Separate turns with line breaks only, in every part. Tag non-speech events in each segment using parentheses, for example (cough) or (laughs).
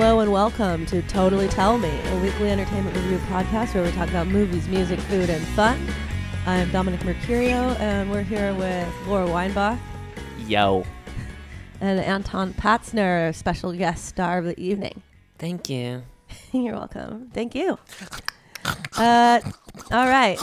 welcome to Totally Tell Me, a weekly entertainment review podcast where we talk about movies, music, food, and fun. I'm Dominic Mercurio, and we're here with Laura Weinbach
Yo.
and Anton Patzner, special guest star of the evening. (laughs)
Thank you.
You're welcome. Thank you. Uh, all right,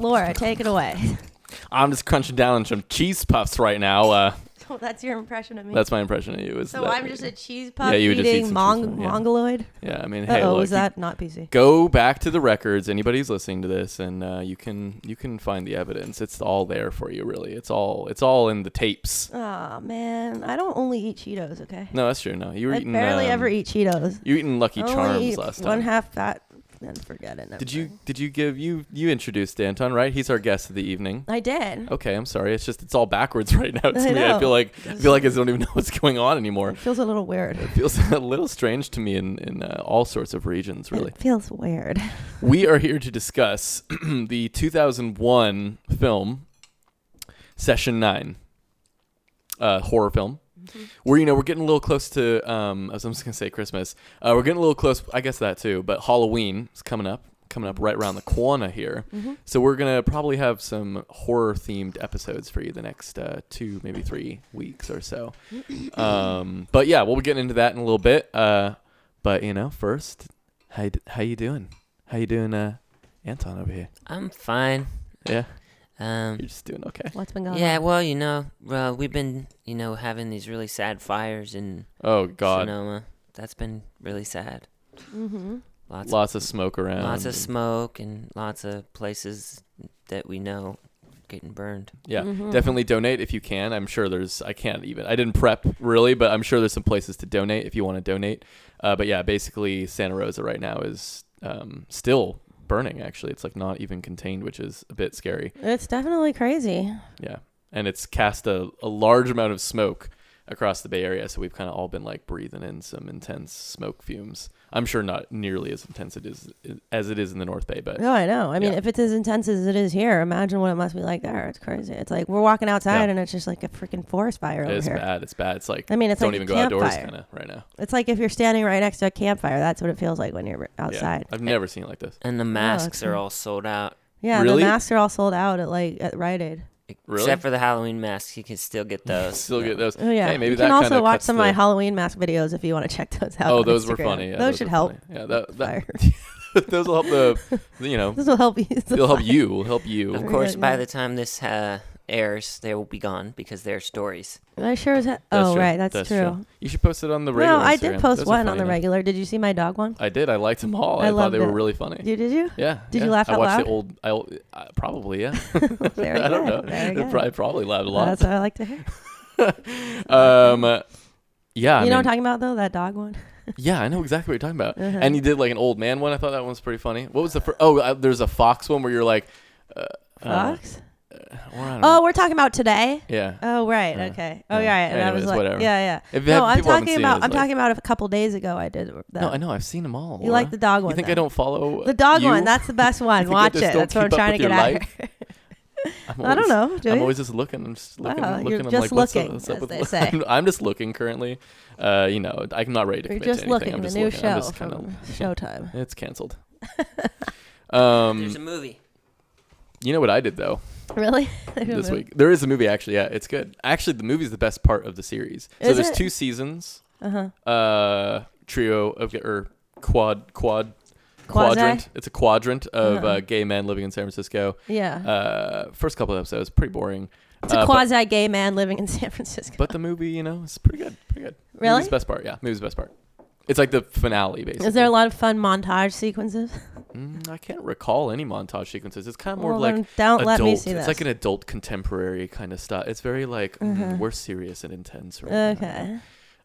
Laura, take it away. (laughs)
I'm just crunching down on some cheese puffs right now. Uh,
Oh, that's your impression of me.
that's my impression of you. Is
so
that-
I'm just a cheese puff
Yeah, you would just eat
eating
some cheese
mong-
puff, yeah.
mongoloid.
yeah. I mean,
Uh
hey,
oh,
look,
is
you
that not PC?
go back to the records. Anybody's listening to this, and uh, you can you can find the evidence. It's all there for you. Really, it's all it's all in the tapes.
Aw, man. I don't only eat Cheetos, okay?
No, that's true. No, you were
I
eating.
barely
um,
ever eat Cheetos.
You were eating Lucky
I only
Charms
eat
last time.
One half fat, then forget it. never
did you
mind.
did you give you you introduced Anton right? He's our guest of the evening.
I did.
Okay, I'm sorry. It's just it's all backwards (laughs) right now to
I
me. I
know.
feel like I feel like I don't even know what's going on anymore.
It feels a little weird.
It feels (laughs) a little strange to me in, in uh, all sorts of regions,
(laughs)
really.
It feels weird.
we are here to discuss (clears throat) the 2001 film, Session 9, uh, horror film. Where, you know, we're getting a little close to, um, I was just going to say Christmas. Uh, we're getting a little close, I guess that too, but Halloween is coming up, coming up right around the corner here. So we're going to probably have some horror themed episodes for you the next uh, two, maybe three weeks or so. Um, but yeah, we'll be getting into that in a little bit. Uh, but, you know, first, how, you d- how you doing? How you doing, uh, Anton over here?
I'm fine.
Yeah,
Um,
you're just doing okay.
What's been going
yeah,
on?
well, you know, uh, we've been, you know, having these really sad fires in
Oh God,
Sonoma. That's been really sad.
Mm-hmm.
Lots,
lots of smoke around.
lots of
and-
smoke and lots of places that we know getting burned.
Yeah,
Mhm.
definitely donate if you can. I'm sure there's. I can't even. I didn't prep really, but I'm sure there's some places to donate if you want to donate. Uh, but yeah, basically Santa Rosa right now is um, still burning. Actually, it's like not even contained, which is a bit scary.
It's definitely crazy.
Yeah, and it's cast a, a large amount of smoke across the Bay Area, so we've kind of all been like breathing in some intense smoke fumes. I'm sure not nearly as intense it is as it is in the North Bay, but
No, I know. I mean,
Yeah.
if it's as intense as it is here, imagine what it must be like there. It's crazy. It's like we're walking outside
Yeah.
and it's just like a freaking forest fire over
it's
here.
bad. It's bad. It's like
I mean, it's
don't
like a
even go outdoors
campfire.
kind of right now.
It's like if you're standing right next to a campfire. That's what it feels like when you're
Yeah.
outside.
I've never seen it like this.
Oh,
And the masks are
okay.
all sold out.
Yeah, and
Really?
the masks are all sold out at like at Rite Aid.
Really?
Except for the Halloween masks, you can still
(laughs)
get those.
Still
Yeah.
get those.
Oh yeah,
Hey, maybe
you can
that
also
kinda
watch
cuts
some of my
the-
Halloween mask videos if you want to check those out.
Oh,
on
those were
Instagram.
funny. Yeah,
those,
were
should help.
funny.
(laughs)
Yeah, that, that, (laughs)
Fire.
those will help the you know
(laughs) This will help you.
they'll help you. will help
Of
you.
course,
good,
by
yeah.
the time this uh, airs, they will be gone because they're stories.
I sure as he-
That's
Oh
true.
right, that's, true.
You should post it on the regular.
No, I
Instagram.
did post
Those are
one on
funny
the
now.
regular. Did you see my dog
(laughs)
one?
I did. I liked them all.
I
I, thought
loved
they were
it.
really funny.
You did you?
yeah.
Did you
yeah.
laugh
I
out
watched
loud?
the old. I, I probably yeah.
Very
(laughs) I don't
good.
know. (laughs)
Very good.
Probably probably laughed a lot.
That's what I like to hear.
(laughs) um, uh, yeah. I
you know what
mean-
I'm talking about though? That dog
(laughs)
one.
Yeah, I know exactly what you're talking about.
Uh-huh.
And you did like an old man one. I thought that one was pretty funny. What was the first? Oh, uh, there's a fox one where you're like, uh, uh,
Fox.
or I don't know.
oh, we're talking about today.
yeah.
Oh right,
Uh,
okay. Oh
uh,
yeah, right. And I
anyways,
was like,
whatever.
yeah, yeah.
If
No,
have-
I'm
people haven't
talking
seen it,
about.
it's
I'm
like-
talking about a couple days ago. I did that.
No, I know. I've seen them all.
You like
Laura.
the dog one?
You think
though.
I don't follow
The dog
you?
one. That's the
(laughs)
best one.
think I
Watch
just
it.
don't
That's what I'm
keep up
trying to
with
get
your
at.
life?
(laughs) here.
I'm
I don't
always-
know. Do
I'm
you?
always just looking. I'm just looking.
Wow,
looking.
you're
I'm
just
like, what's up-
looking,
what's up
as
with
they
Laura?
say.
(laughs) I'm, I'm just looking currently. Uh, you know, I'm not ready to
You're
commit
just
to anything.
looking.
I'm
The
just
new
looking. I'm
show
just kind
from
of.
(laughs) Showtime.
(laughs) It's canceled. um,
There's a movie.
you know what I did though.
Really?
(laughs) this week. There is a movie actually. Yeah, it's good. Actually, the movie's the best part of the series. so
Is
there's
it?
two seasons.
Uh huh.
Uh, trio of or quad quad
Quasi?
quadrant. It's a quadrant of
Uh-uh.
uh, gay men living in San Francisco.
Yeah.
Uh, first couple of episodes pretty boring.
it's a
Uh, but-
quasi gay man living in (laughs) San Francisco.
(laughs) But, the movie, you know, it's pretty good. Pretty good.
Really?
Movie's the best part. Yeah, movie's the best part. It's like the finale, basically.
Is there a lot of fun montage sequences?
Mm, I can't recall any montage sequences. It's kind of more
Well,
of like
then don't
adult.
let me see
it's
this.
like an adult contemporary kind of stuff. It's very like mm,
Uh-huh.
we're serious and intense. Right now.
okay.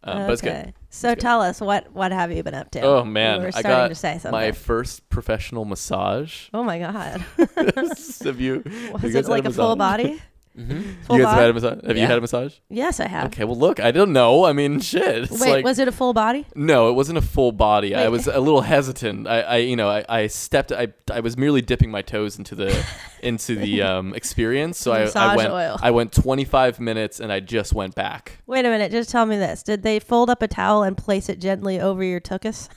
Um,
okay.
But it's good.
So
It's good.
tell us what what have you been up to?
Oh, man.
we were
I
starting
got
to say something.
(laughs) My first
(laughs)
professional massage. (laughs)
oh my god.
Have you?
Was
guys
it
had
like
a
a full
(laughs) massage?
body?
hmm
Full
you guys
bod?
have had a massage? Have you
Yeah.
had a massage?
Yes, I have.
Okay, well, look, I don't know. I mean, shit. It's
Wait,
like,
was it a full body?
no, it wasn't a full body. I
Wait.
was a little hesitant. I, I you know, I, I stepped. I, I was merely dipping my toes into (laughs) the into the um, experience. So I, I
Massage
went.
oil.
I went 25 minutes, and I just went back.
Wait a minute. Just tell me this. Did they fold up a towel and place it gently over your tuchus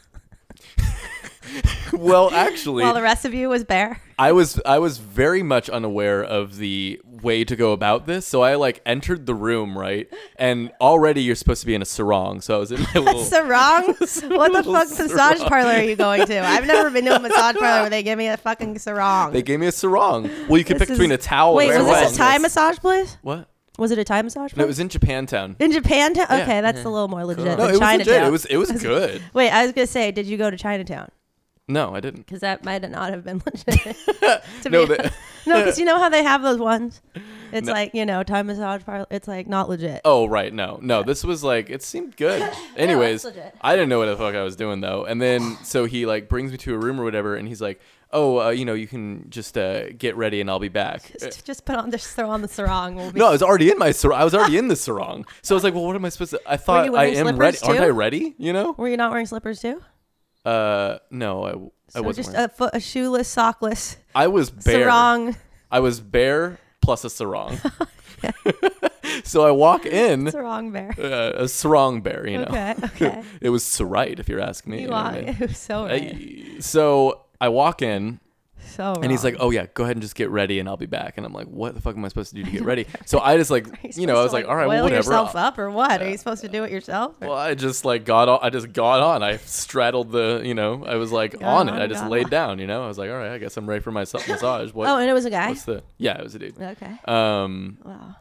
(laughs) (laughs) well, actually,
while the rest of you was
(laughs)
bare?
I was I was very much unaware of the way to go about this, so I like entered the room right, and already you're supposed to be in a sarong, so I was in my little.
Sarong? what
(laughs)
the
little
fuck massage
sarong.
parlor are you going to? I've never been to a massage parlor where they give me a fucking sarong.
they gave me a sarong. Well, you could
This
pick between a
is-
towel.
Wait,
and
was
a
this a
sarong.
Thai massage place?
What?
Was it a Thai massage place?
No, it was in Japantown.
in Japan. Okay,
Yeah.
that's a little more legit.
No,
than
it was
Chinatown.
legit. It was it was good.
Wait, I was gonna say, did you go to Chinatown?
No, I didn't.
Because that might not have been (laughs)
(laughs)
legit. to
No,
be-
the-
(laughs) no, because you know how they have those
(laughs)
ones. It's
No.
like you know, Thai massage parlor. It's like not legit.
Oh right, no, no. This was like it
(laughs)
seemed good. Anyways,
legit.
I didn't know what the fuck I was doing though. And then so he like brings me to a room or whatever, and he's like, "Oh, uh, you know, you can just uh, get ready, and I'll be back." Uh,
Just, just put on, just throw on the sarong. We'll be
No, I was already in my sarong. I
(laughs)
was already in the sarong. So I was like, "Well, what am I supposed to?" I thought I
wearing
am
slippers,
ready. Aren't
too?
I ready? You know?
Were you not wearing slippers too?
Uh, no, I w- I
So
wasn't.
just
wearing-
a, foot, a shoeless, sockless
I was bare. (laughs)
sarong.
I was bare plus a sarong.
(laughs)
(laughs) so I walk in
Sarong
(laughs)
bear.
uh, a sarong bear. You know. (laughs)
Okay, okay.
It was right if you're asking me.
You
know what I
are.
mean?
It was so (laughs) right.
I- so I walk in
So.
and he's
wrong.
like, "Oh yeah, go ahead and just get ready," and I'll be back. And I'm like, "What the fuck am I supposed to do to
(laughs)
get ready?" So I just like,
Are
you know,
supposed
I was
to,
like, "All right,
oil
well, whatever."
yourself
I'll-
up or what? Are you supposed to do it yourself? or-
Well, I just like got on. I just got on. I straddled the, you know, I was like
Got
on it.
on,
I just
got
laid
on.
down. You know, I was like, "All right, I guess I'm ready for
(laughs)
my self massage." What?
oh, and it was a guy.
what's the? Yeah, it was a dude.
Okay. (laughs)
Um, (laughs)
Wow.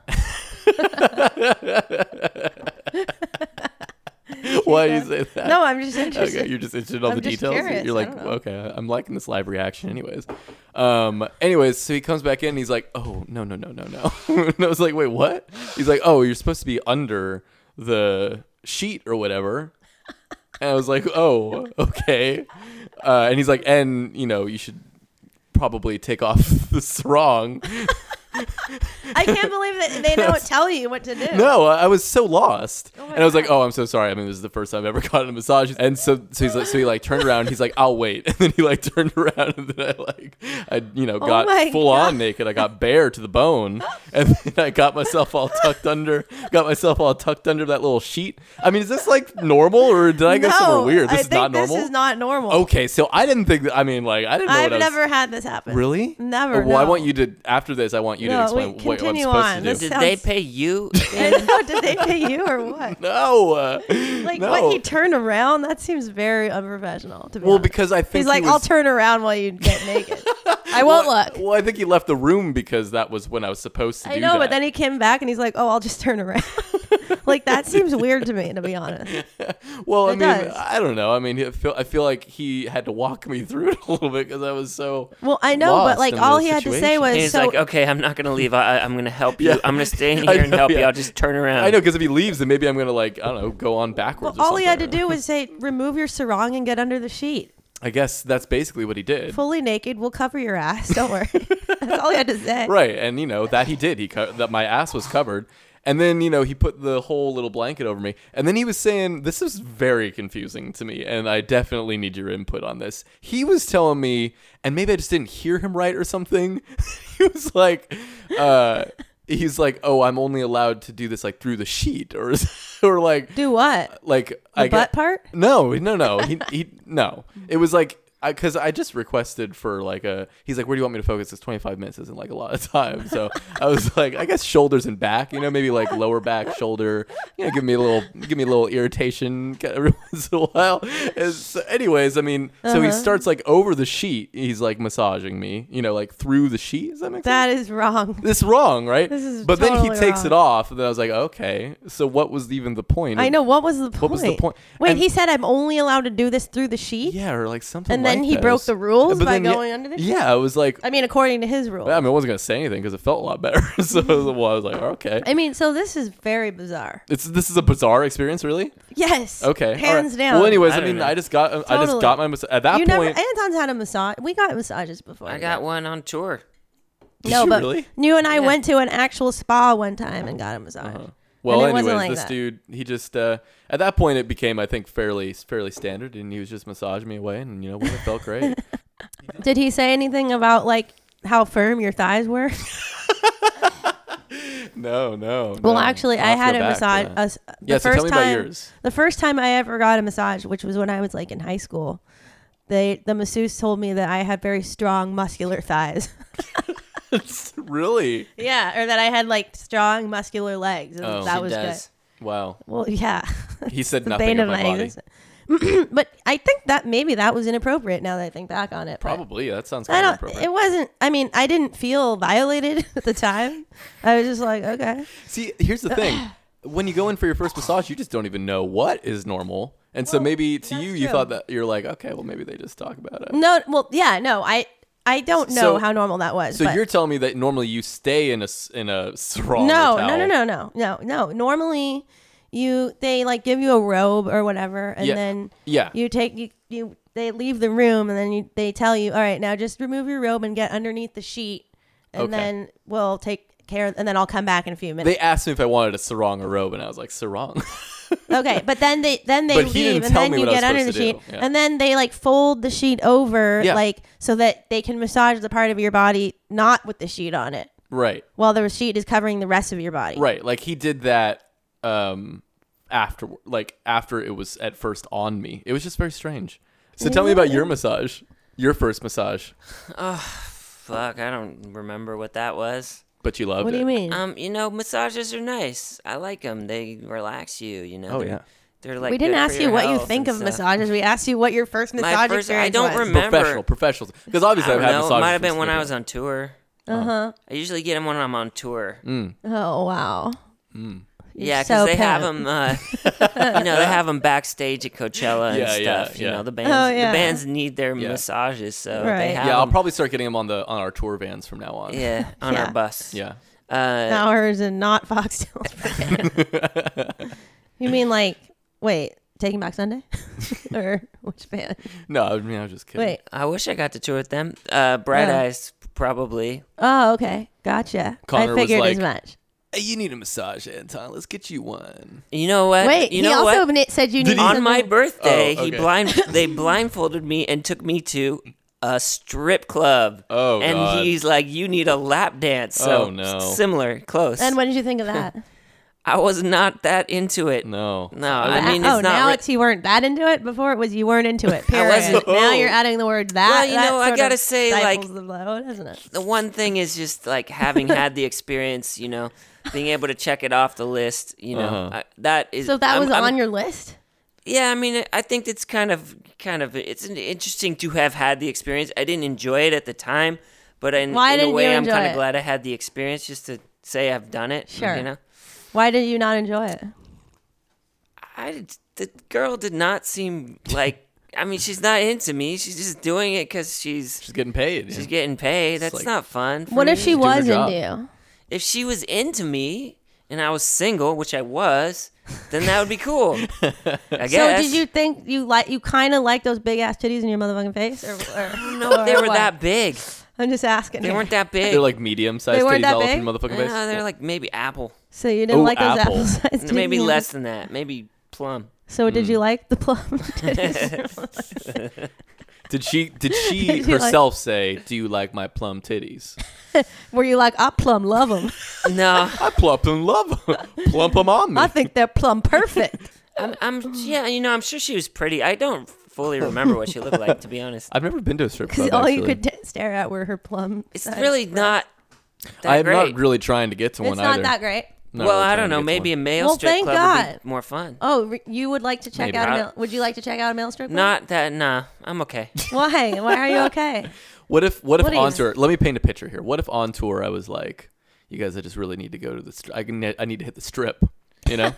why you say that?
No, I'm just interested.
Okay, you're just interested in all
I'm
the
just
details.
curious,
You're
I
like,
don't know.
okay, I'm liking this live reaction, anyways. Um, anyways, so he comes back in. And he's like, oh no no no no no. (laughs) and I was like, wait, what? He's like, oh, you're supposed to be under the sheet or whatever. And I was like, oh, okay. Uh, and he's like, and you know, you should probably take off (laughs) the sarong.
I
(laughs)
can't believe that they don't tell you what to do.
No, I I was so lost,
Oh my
and I was like,
God.
"Oh, I'm so sorry. I mean, this is the first time I've ever (laughs) gotten a massage." And so, so he's like, so he like turned around. He's like, "I'll wait," (laughs) and then he like turned around, and then I like, I you know,
Oh
got
my
full
God.
on naked. I got bare to the bone, and (laughs) then I got myself all tucked under, got myself all tucked under that little sheet. I mean, is this like normal, or did I go
No,
somewhere weird? This
I
is
think
not normal.
This is not normal.
okay, so I didn't think. That, I mean, like, I didn't know
I've
what I was.
never had this happen.
Really?
Never,
Well, I
no.
want you to after this. I want you to
No,
explain
wait,
what, what I'm
continue
supposed
on.
to do.
This-
Did they
sounds-
pay
(laughs)
you?
I (laughs) don't know. Did they pay you or what?
no, uh, (laughs)
Like
no.
when he turned around, that seems very unprofessional. To be
Well,
honest.
because I think
he's like,
he was,
"I'll turn around while you get naked. I won't
(laughs) well,
look."
Well, I think he left the room because that was when I was supposed to
I
do
know,
that.
but then he came back and he's like, "Oh, I'll just turn around." (laughs) like that seems weird to me, to be honest.
well, I
it
mean,
does.
I don't know. I mean, I feel, I feel like he had to walk me (laughs) through it a little bit because I was so.
Well, I know,
lost
but like
in
all
the
he had to say
situation.
was,
And he's
"So
"Oh,
like, okay, I'm not gonna leave. I, I- I'm gonna help you.
Yeah.
I'm gonna stay in
(laughs) I
here and
know,
help you.
yeah.
I'll just turn around.
I know because if he leaves, then maybe I'm gonna like I don't know, go on
well,
backwards. or
all he had to
something.
do was say, remove your sarong and get under the sheet.
I guess that's basically what he did.
Fully naked, we'll cover your ass. Don't worry." (laughs) That's all he had to say.
(laughs) Right, and you know that he did. He co- that my ass was covered, and then you know he put the whole little blanket over me, and then he was saying, "This is very confusing to me, and I definitely need your input on this." He was telling me, and maybe I just didn't hear him right or something. (laughs) he was like, uh, "He's like, oh, I'm only allowed to do this like through the sheet, or (laughs) or like
Do what?
like
The
I get-
butt part?
no, no, no. He, he no. It was like because I, just requested for like a. He's like, where do you want me to focus? It's 25 minutes isn't like a lot of time, so I was (laughs) like, I guess shoulders and back. You know, maybe like lower back, shoulder. You know, give me a little, give me a little irritation (laughs) get- every once in a while. And so anyways, I mean, so he
Uh-huh.
starts like over the sheet. He's like massaging me. You know, like through the sheet. Does that make sense?
That is wrong.
this wrong, right?
This is
but then
totally
he takes
wrong.
it off, and then I was like, okay. So what was even the point? of-
I know. What was the point?
What was the point?
Wait,
And-
he said I'm only allowed to do this through the sheet.
Yeah, or like something.
And then
like
he broke
those.
the rules
But
by
then, yeah-
going under the
Yeah, I was like,
I mean, according to his rule.
I mean, I wasn't gonna say anything because it felt a lot better. (laughs) so well, I was like, okay,
I mean, so this is very bizarre.
it's this is a bizarre experience, really.
Yes.
Okay, all
Hands
right.
down.
Well, anyways,
I
I,
don't
mean,
know.
I just got, I just
Totally.
got my massage at that
you
point.
never. Anton's had a massage. We got massages before.
I got one on tour.
Did
no,
you
but
really?
you and I
Yeah.
went to an actual spa one time and got a massage.
Uh-huh. Well,
it wasn't
anyways,
like
this
that.
dude, he just uh, at that point it became, I think, fairly fairly standard, and he was just massaging me away, and you know what, it felt great.
(laughs) Did he say anything about like how firm your thighs were?
No, no.
well,
no.
actually,
I'll
I
have to
had a
go back to
massage.
that.
us the
yeah, so
first
tell me
time,
about yours.
The first time I ever got a massage, which was when I was like in high school, they the masseuse told me that I had very strong muscular thighs.
really?
yeah, or that I had like strong muscular legs. and
Oh.
that
She
was
does.
Wow.
good. Well, yeah, (laughs)
He said
the
nothing
bane
of
of
my,
my
body.
existence. (clears throat) but I think that maybe that was inappropriate. Now that I think back on it, but-
Probably. That sounds
I
kind of
don't.
inappropriate.
It wasn't. I mean, I didn't feel violated (laughs) at the time. I was just like, okay.
See, here's the thing.
(clears throat)
When you go in for your first massage, you just don't even know what is normal. And so
Well,
maybe to
that's
you, you
true. Mm,
thought that you're like, okay, well, maybe they just talk about it.
No. Well, yeah. No. I. I don't know
So-
how normal that was.
So
but
you're telling me that normally you stay in a s- in a sarong? or
no,
towel.
no, no, no, no, no, no. Normally, you they like give you a robe or whatever, and
Yeah.
then
Yeah.
you take you you they leave the room, and then you, they tell you, all right, now just remove your robe and get underneath the sheet, and
Okay.
then we'll take care. And then I'll come back in a few minutes.
They asked me if I wanted a sarong or robe, and I was like, sarong. (laughs)
Okay, but then they then they
But
leave
he didn't
and
tell
then
me
you
what I was
get under the
supposed
sheet
to do. Yeah.
and then they like fold the sheet over
Yeah.
like so that they can massage the part of your body not with the sheet on it
right.
while the sheet is covering the rest of your body.
Right. Like he did that um after like after it was at first on me. It was just very strange. So tell me about your massage. Your first massage.
Fuck, I don't remember what that was.
But you loved
What do
it.
you mean?
Um, you know, massages are nice. I like them. They relax you. You know.
Oh,
they're,
yeah.
They're like.
we didn't
good for
ask you
your
what you
health
think
and
of
stuff.
massages. We asked you what your first massage
My first- I
experience
don't
was.
remember.
Professional, professionals. Because obviously
I
I've
don't
had
know. It
massages.
might have
from
been when I
Snooker.
was on tour.
Uh huh.
I usually get them when I'm on tour.
Oh wow.
Mm,
You're
Yeah, 'cause
so
they have
pimp.
them.
(laughs)
Uh, you know, they have them backstage at Coachella and
Yeah, yeah,
stuff. You
yeah.
know, the bands,
Oh, yeah.
the bands need their
Yeah.
massages, so
Right.
they have
Yeah, I'll
'em-
probably start getting them on the on our tour vans from now on.
yeah (laughs) on
Yeah.
our bus.
Yeah.
Uh,
Hours and not Foxtails.
(laughs)
you mean like wait, Taking Back Sunday, (laughs) or which band?
No, I mean I was just kidding.
Wait.
I wish I got to tour with them. Uh, Bright
Yeah.
Eyes probably.
Oh, okay. Gotcha.
Connor
I
was
figured
like-
as much.
Hey, you need a massage, Anton. Let's get you one.
You know what?
Wait,
uh,
he
you know
also
what?
ni- said you needed
on my
something-
birthday,
Oh,
he
okay. (laughs)
blind they blindfolded me and took me to a strip club.
Oh,
and
God.
he's like, "You need a lap dance." So
Oh, no.
similar, close.
And what did you think of that?
I was not that into it.
No.
No, (laughs) I
Uh,
mean
oh,
it's not.
now
re-
it's you weren't that into it. Before it was you weren't into
(laughs)
it. Period.
wasn't- Oh.
Now you're adding the word that.
Well, you
That
know, I
sort
gotta
of
say, like-
stifles the blow, doesn't it?
the one thing is just like having had the experience, you know, being able to check it off the list. You know,
Uh-huh.
I, that is.
So that
I'm-
was
I'm-
on your list.
Yeah, I mean, I think it's kind of, kind of, it's an- interesting to have had the experience. I didn't enjoy it at the time, but in,
Why
in a
didn't
way,
you
I'm kind
enjoy it?
of glad I had the experience just to say I've done it.
Sure.
You know,
Why did you not enjoy it?
I did- the girl did not seem like. I mean, she's not into me. She's just doing it because she's
She's getting paid.
she's getting paid. That's
like-
not fun. for
What if
me.
she
doing her
was
job.
into you?
if she was into me and I was single, which I was, then that would be cool. I guess.
So did you think you like you kind of like those big ass titties in your motherfucking face? Or, or
No, they
or
were
what?
that big.
I'm just asking.
They
here.
weren't that big.
They're like medium sized
They weren't
titties
that
all up in
big?
your motherfucking face.
Uh, they're like maybe apple.
So you didn't
Ooh,
like those
apple.
apple sized titties?
(laughs) Maybe less than that. Maybe plum.
So did you
Mm.
like the plum (laughs)
(laughs)
titties?
Did she
(laughs)
did she
Did she like-
herself say, "Do you like my plum titties?" (laughs)
Were you like I plum love them?
No,
I plump and love (laughs) 'em. plump them on me.
I think they're plum perfect.
(laughs)
I'm,
(laughs)
I'm. Yeah, you know, I'm sure she was pretty. I don't fully remember what she looked like, to be honest.
I've never been to a strip
Because
club.
all you
actually.
could (laughs) t- stare at were her plum.
It's
sides.
really not. That
I'm
great.
not really trying to get to
It's
one
not
either.
that great.
Not
well,
really
I
trying
don't
to
know.
get to
Maybe a
one.
male
Well,
strip
thank
club
God.
would be more fun.
Oh, re- you would like to check
Maybe.
out a
I-
male? Would you like to check out a male strip? club?
Not that. Nah, I'm okay.
(laughs) Why? Why are you
(laughs)
okay?
What if what if
What do you-
on tour? Let me paint a picture here. What if on tour I was like, "You guys, I just really need to go to the. Stri- I can. I need to hit the strip.
(laughs)
You know."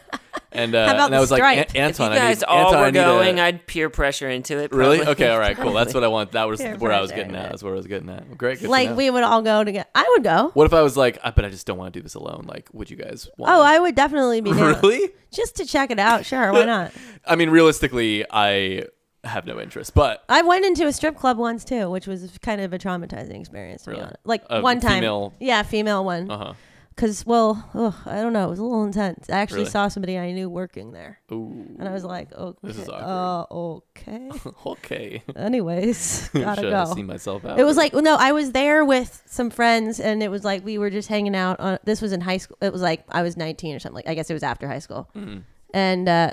And, uh,
How about
and I
the
was like,
stripe?
"An- Anton,
if you guys
I need,
all
Anton, I
were
need a-
going, i I'd peer pressure into it.
(laughs) Really?
probably.
Okay. All right. Cool.
(laughs)
That's what I want. That was
Peer
where I was
pressure,
getting
yeah.
at. That's where I was getting at. Great. Good to
like
know.
we would all go together. I would go.
What if I was like, I, but I just don't want to do this alone. Like, would you guys? Want
Oh, I would definitely be down.
(laughs) really? (laughs)
Just to check it out. Sure, why not?
I mean, realistically, I have no interest. But
I went into a strip club once too, which was kind of a traumatizing experience. To be
Really?
honest. Like
A
one time.
female-
Yeah, female one.
uh huh.
Because, well, ugh, I don't know. It was a little intense. I actually
Really?
saw somebody I knew working there.
Ooh.
And I was like, okay.
This is
uh, okay.
(laughs) okay.
Anyways,
(laughs)
gotta
Should I
go.
see myself out?
It was like no, I was there with some friends, and it was like we were just hanging out. On this was in high school. It was like I was nineteen or something. Like I guess it was after high school,
Mm-hmm.
and uh,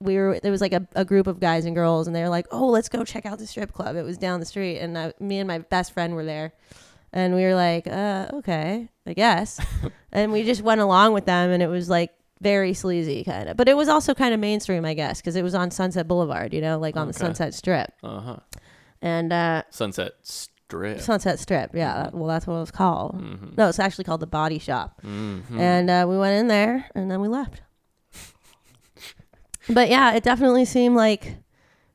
we were. There was like a, a group of guys and girls, and they were like, "Oh, let's go check out the strip club." It was down the street, and I, me and my best friend were there, and we were like, uh, "Okay, I guess," and we just went along with them, and it was like very sleazy kind of, but it was also kind of mainstream, I guess, because it was on Sunset Boulevard, you know, like on the
Okay.
Sunset Strip,
uh huh.
and. uh
Sunset Strip.
Sunset Strip, yeah. that- Well, that's what it was called.
Mm-hmm.
No, it's actually called the Body Shop.
Mhm.
And uh, we went in there, and then we left. but yeah, it definitely seemed like,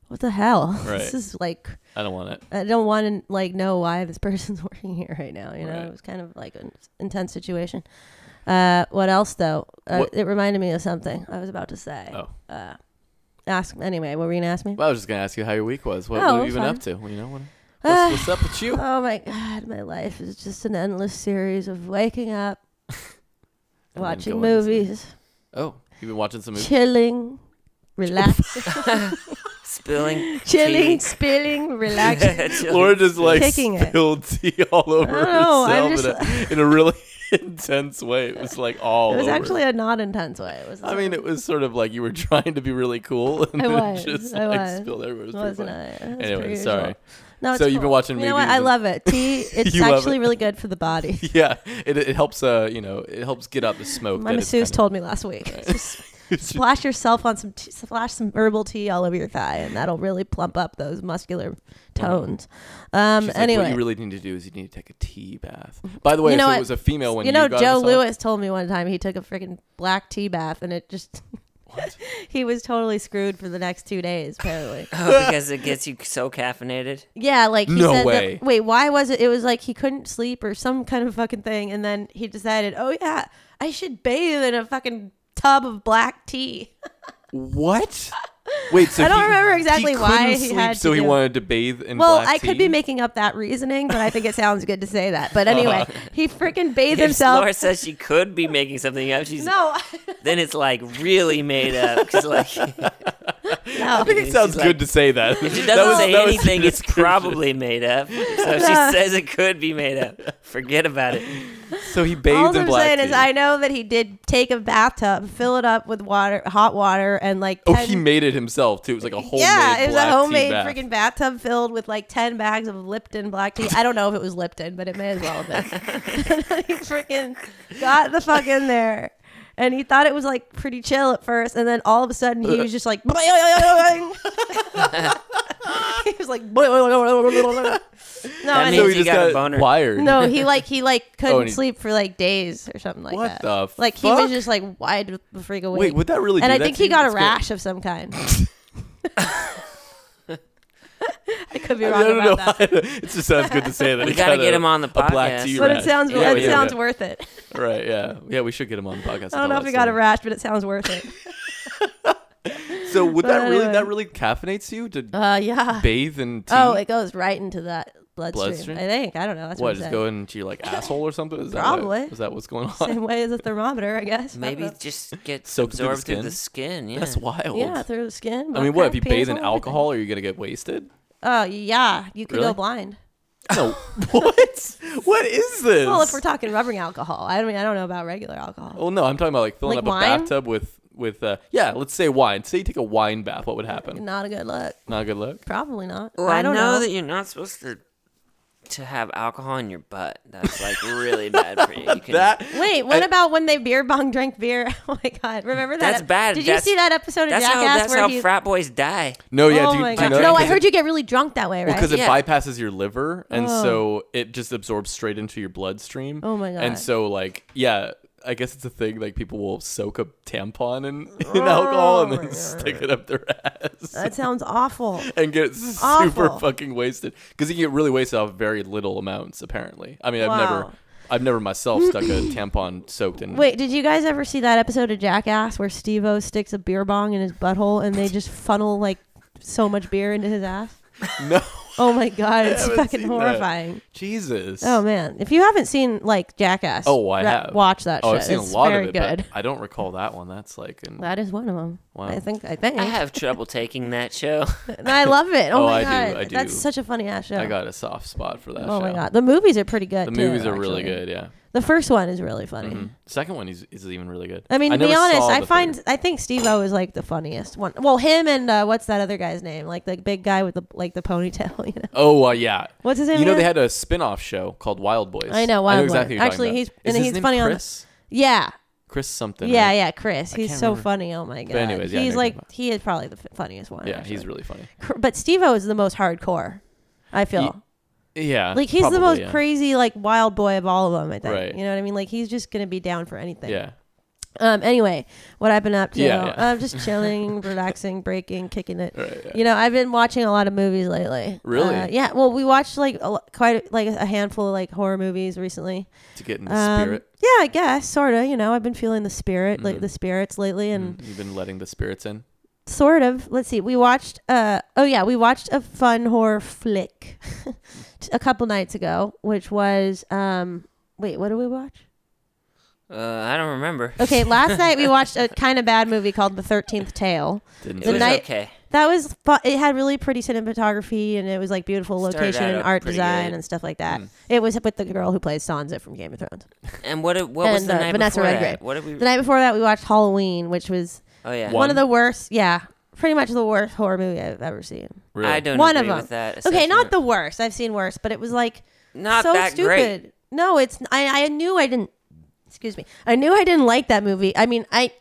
what the hell? (laughs)
Right.
This is like
I don't want it.
I don't want to like know why this (laughs) person's working here right now. You know,
Right.
it was kind of like an intense situation. Uh, what else though? Uh,
What-
It reminded me of something I was about to say.
Oh.
Uh, ask anyway. What were you gonna ask me? (sighs)
Well, I was just gonna ask you how your week was. What,
Oh,
what have
it was
you been up to? You
(sighs)
know, what, what's, what's up
(laughs)
with you?
Oh my god, my life is just an endless series of waking up,
then
watching
going to sleep.
movies,
Oh, you've been
(laughs)
watching some movies.
chilling, relaxing,
Spilling.
chilling,
tea.
(laughs)
spilling, relaxing.
(laughs) Yeah, Oh, chilling. (laughs)
Laura just like
Kicking it.
spilled tea (laughs) all over
I know, I'm
herself in, a, in a really (laughs) intense way. It was like all.
It was
over.
actually a not intense way. It was.
Oh, I mean, it was sort of like you were (laughs) trying to be really cool, (laughs) and
I
then
was,
it just
I
like
was.
spilled everywhere. It was pretty
wasn't
funny.
it? That's
Anyway,
per usual.
sorry. (laughs)
No, it's
So you've been
cool.
watching
You know what?
movies
I
and-
love it.
(laughs)
Tea. It's
You love
actually
it.
really good for the
(laughs)
body.
Yeah, it, it helps. Uh, you know, it helps get out the smoke.
My
that
masseuse
it's kind of- (laughs)
told me last week. Just splash yourself on some t- splash some herbal tea all over your thigh, and that'll really plump up those muscular tones. Um,
Mm-hmm. She's like,
anyway,
what you really need to do is you need to take a tea bath. By the way,
You know
if
what?
it was a female when
you know
got
Joe
on the song-
Lewis told me one time he took a freaking black tea bath and it just
What?
(laughs) he was totally screwed for the next two days apparently.
Oh, because it gets you so caffeinated.
yeah, like he
No
said
way.
That, wait, why was it? It was like he couldn't sleep or some kind of fucking thing, and then he decided, oh yeah, I should bathe in a fucking tub of black tea.
What? Wait,
(laughs)
so
I don't
he-
remember exactly
he
why
couldn't
he
sleep,
had
so
to
he
do-
wanted to bathe in
Well,
black
I could be
tea? Oh.
making up that reasoning, but I think it sounds good to say that.
(laughs)
But anyway, he freaking bathed
If
himself.
Laura says she could be making something up, she's
No, (laughs)
then it's like really made up. Because like (laughs) if
no.
I think (laughs) it sounds
She's like-
good to say that.
she
(laughs) That
doesn't
was-
say
that was the
anything, it's
description.
probably made up. So if
Yeah.
she says it could be made up, forget about it.
(laughs) So he bathed
All
in
I'm
black
saying
tea.
is, I know that he did take a bathtub, fill it up with water, hot water, and like
oh,
10
he made it himself too. It was like a homemade
yeah, it was a
black tea
homemade
bath.
freaking bathtub filled with like ten bags of Lipton black tea. I don't know if it was Lipton, but it may as well
(laughs)
have been. (laughs) he freaking got the fuck in there, and he thought it was like pretty chill at first, and then all of a sudden he was just like, he was (laughs) like, no,
That
and
means
So
he-
he
He
just
got a
got,
boner.
wired.
no, he like he like couldn't
Oh, and he-
sleep for like days or something like that.
What the
like he was
fuck?
just like wide the freak awake.
Wait, would that really?
and
do
I
that
think
to
he
you?
got a
That's good.
rash of some kind.
(laughs)
I could be
I
wrong
don't
about
know. (laughs)
that.
why- it just sounds good to say that.
We
he
gotta
got
get
a-
him on the
a black
podcast.
tea
But it
rash.
sounds
Yeah,
it
we do.
sounds worth it.
Right. Yeah. Yeah. We should get him on the podcast.
I don't know if he got a rash, but it sounds worth
(laughs)
it.
So would that
But
really
anyway.
that really caffeinates you to
Uh yeah.
bathe in tea?
(laughs) Oh, it goes right into that bloodstream.
Bloodstream?
I think. I don't know. That's
what?
what,
Just
I'm
go
saying.
into your like asshole or something? Is
Probably.
That what, is that what's going
(laughs)
on?
Same way as a thermometer, I guess. uh, I don't
Maybe
know.
just get
Soak through the
absorbed through the skin. yeah.
That's wild.
yeah, through the skin.
I
butt
mean, what if
crack,
you bathe
penis
in
hole, everything.
alcohol? Are you gonna
(laughs)
get wasted?
Oh yeah, you could go
Really?
blind.
No. (laughs) what? What is this?
Well, if we're talking rubbing alcohol, I mean, I don't know about regular alcohol.
Well, no, I'm talking about like filling
Like
up
wine?
a bathtub with with uh, yeah. Let's say wine. Say you take a wine bath. What would happen?
Not a good look.
Not a good look.
Probably not.
Well,
I don't
know, that you're not supposed to to have alcohol in your butt. That's like really bad for
(laughs)
you. You can-
That
Wait, what
I-
about when they beer bong drank beer? (laughs) Oh my god, remember that?
That's bad.
Did
That's-
you see that episode of
that's how
Jackass
that's
where
how
he?
frat boys die.
no, yeah.
oh
do, you-
my
do you
god!
know that?
no, I
Because
heard you get really drunk that way, right?
because
Yeah.
it bypasses your liver and so it just absorbs straight into your bloodstream
Oh my God.
and so like yeah i guess it's a thing like people will soak a
(laughs)
tampon in, in alcohol
Oh
and then stick it up their ass (laughs)
that sounds awful.
and get super
awful.
fucking wasted because you can get really wasted off very little amounts apparently i mean i've
Wow.
never i've never myself stuck a tampon soaked in
Wait, did you guys ever see that episode of Jackass where Steve-O sticks a beer bong in his butthole and they just funnel like so much beer into his ass?
(laughs) No.
Oh my
(laughs)
god, it's
haven't
fucking
seen that.
horrifying.
Jesus.
Oh man, if you haven't seen like Jackass,
Oh, I
ra-
have.
watch that.
Oh,
shit.
I've seen
It's
a lot
very
of it,
good.
but I don't recall that one. That's like, an,
That is one of them.
Wow.
I think. I think.
I have trouble taking that show.
And I love it. Oh,
Oh,
my
I do,
god,
I do.
that's such a funny ass show.
I got a soft spot for that.
Oh my
show.
god, the movies are pretty good.
The
too,
movies are really
actually.
good. Yeah. Mm-hmm.
The first one is really funny.
Second one is, is even really good.
I mean, to be
never
honest,
saw
I
the
find
third.
I think Steve O is like the funniest one. Well, him and uh, what's that other guy's name? Like the big guy with the like the ponytail. (laughs) You know
Oh uh, yeah.
what's his name?
You know they
again?
had a spin-off show called Wild Boys.
I know, Wild Boys.
exactly who you're talking
Actually,
about.
he's-
Is
and
his
he's
name
funny on-
Chris?
yeah,
Chris something.
yeah,
right?
yeah. Chris, he's
can't
so
remember.
funny. Oh my god.
anyways, yeah,
he's
I know who you're
like
talking
he is probably the f- funniest one.
Yeah, he's
actually.
really funny.
Cr- but Steve O is the most hardcore. I feel.
Yeah.
like he's the
uh, probably,
most
yeah.
crazy like wild boy of all of them i think
Right.
you know what i mean like he's just gonna be down for anything
Yeah.
um anyway what i've been up to
Yeah, yeah.
i'm just
(laughs)
chilling relaxing breaking kicking it
Right, yeah.
you know i've been watching a lot of movies lately
Really?
Uh, yeah well we watched like a, lo- quite a- like a handful of like horror movies recently
To get in the
um,
spirit. mm,
yeah i guess sort of you know i've been feeling the spirit like the spirits lately and
You've been letting the spirits in.
sort of let's see we watched uh oh yeah we watched a fun horror flick (laughs) t- a couple nights ago which was um wait what did we watch
Uh, I don't remember.
okay
(laughs)
last night we watched
(laughs)
a kind of bad movie called the 13th tale
Didn't
It
The
see
was
night-
okay.
that was fu- it had really pretty cinematography and it was like beautiful
Started
location
out
and
up
art
pretty
design
good. hmm.
and stuff like that it was with the girl who plays sansa from game of thrones
And what? What was
And,
the
uh,
night
Vanessa
before
Redgrave.
that? What did we?
the night before that we watched halloween which was
oh yeah.
One.
one of the worst yeah pretty much the worst horror movie i've ever seen
Really.
I don't
One
agree
of
with that.
okay not
assessment.
the worst i've seen worse but it was like
not
so
that
stupid.
great.
No, it's I, I knew I didn't excuse me. I knew I didn't like that movie. I mean, I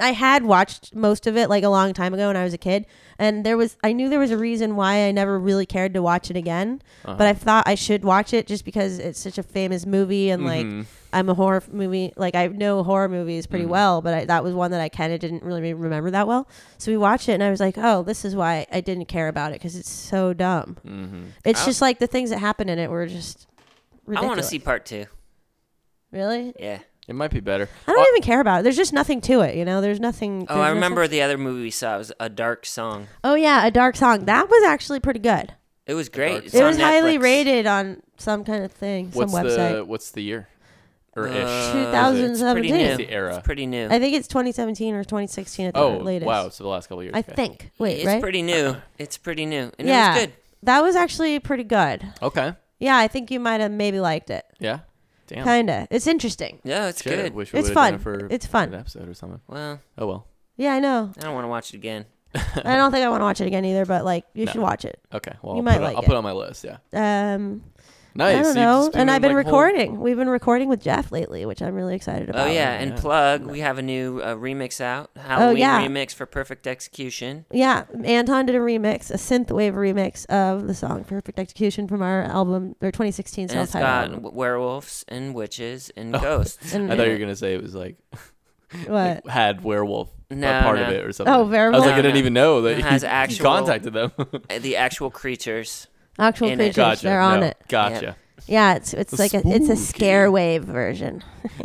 I had watched most of it like a long time ago when I was a kid, and there was I knew there was a reason why I never really cared to watch it again,
Uh-huh.
but I thought I should watch it just because it's such a famous movie and
Mm-hmm.
Mm-hmm,
like I'm a horror f- movie like I know horror movies pretty well, but I, that was one that I kind of didn't really remember that well. So we watched it and I was like, "Oh, this is why I didn't care about it cuz it's so dumb."
mm-hmm.
It's
I-
just like the things that happen in it were just
I
ridiculous.
want to see part two.
Really?
Yeah. Oh,
It might be better.
I don't even care about it. There's just nothing to it, you know. There's nothing.
Oh,
there's
I
nothing-
remember the other movie we saw. It was a dark song.
Oh yeah, a dark song. That was actually pretty good.
It was great.
Dark
It's
Song.
it
on
was highly
Netflix.
rated on some kind of thing,
What's
some website.
the what's the year? Or ish.
Uh,
Is it-
2017.
It's
It's
pretty
the
new.
era.
It's pretty new.
I think it's 2017 or 2016 at the
Oh
latest.
wow! So the last couple of years.
I
okay.
think. Wait,
it's
right?
pretty new. It's pretty new. And
yeah,
it was good.
that was actually pretty good.
Okay.
Yeah, I think you might have maybe liked it.
Yeah. Damn.
Kinda. It's interesting.
No, it's
Shit,
good.
Wish we
It's
would've done
fun.
it for
It's fun.
an episode or something.
Well,
Oh well.
Yeah, I know.
I don't want to watch it again.
I don't think I want to watch it again either, but like you
No.
should watch it.
(laughs) Okay. Well,
You
I'll,
might
put, it,
like
I'll
it.
put it on my list. Yeah.
Um,
Nice.
I
You've
don't know.
just been
And
doing,
I've been
like, a whole-
recording. We've been recording with Jeff lately, which I'm really excited
Oh
about. Oh,
yeah, and
yeah.
plug. We have a new uh, remix out. Halloween
yeah.
remix for Perfect Execution.
Yeah, Anton did a remix, a synthwave remix of the song "Perfect Execution" from our album, or 2016
And it's
self-titled
got
album.
w- werewolves and witches and
(laughs)
ghosts.
And-
Oh, I thought you were gonna say it was like
What?
had werewolf
No,
a part
no.
of it or something.
Oh,
I was
werewolf?
like, I didn't
No,
even know that
It has
you- you
actual-
contacted them. (laughs)
Uh, the actual creatures.
Actual
in it.
creatures,
gotcha.
they're on
no,
it.
Gotcha.
Yeah, it's it's
It's
like a, it's a
spooky.
scare wave version (laughs)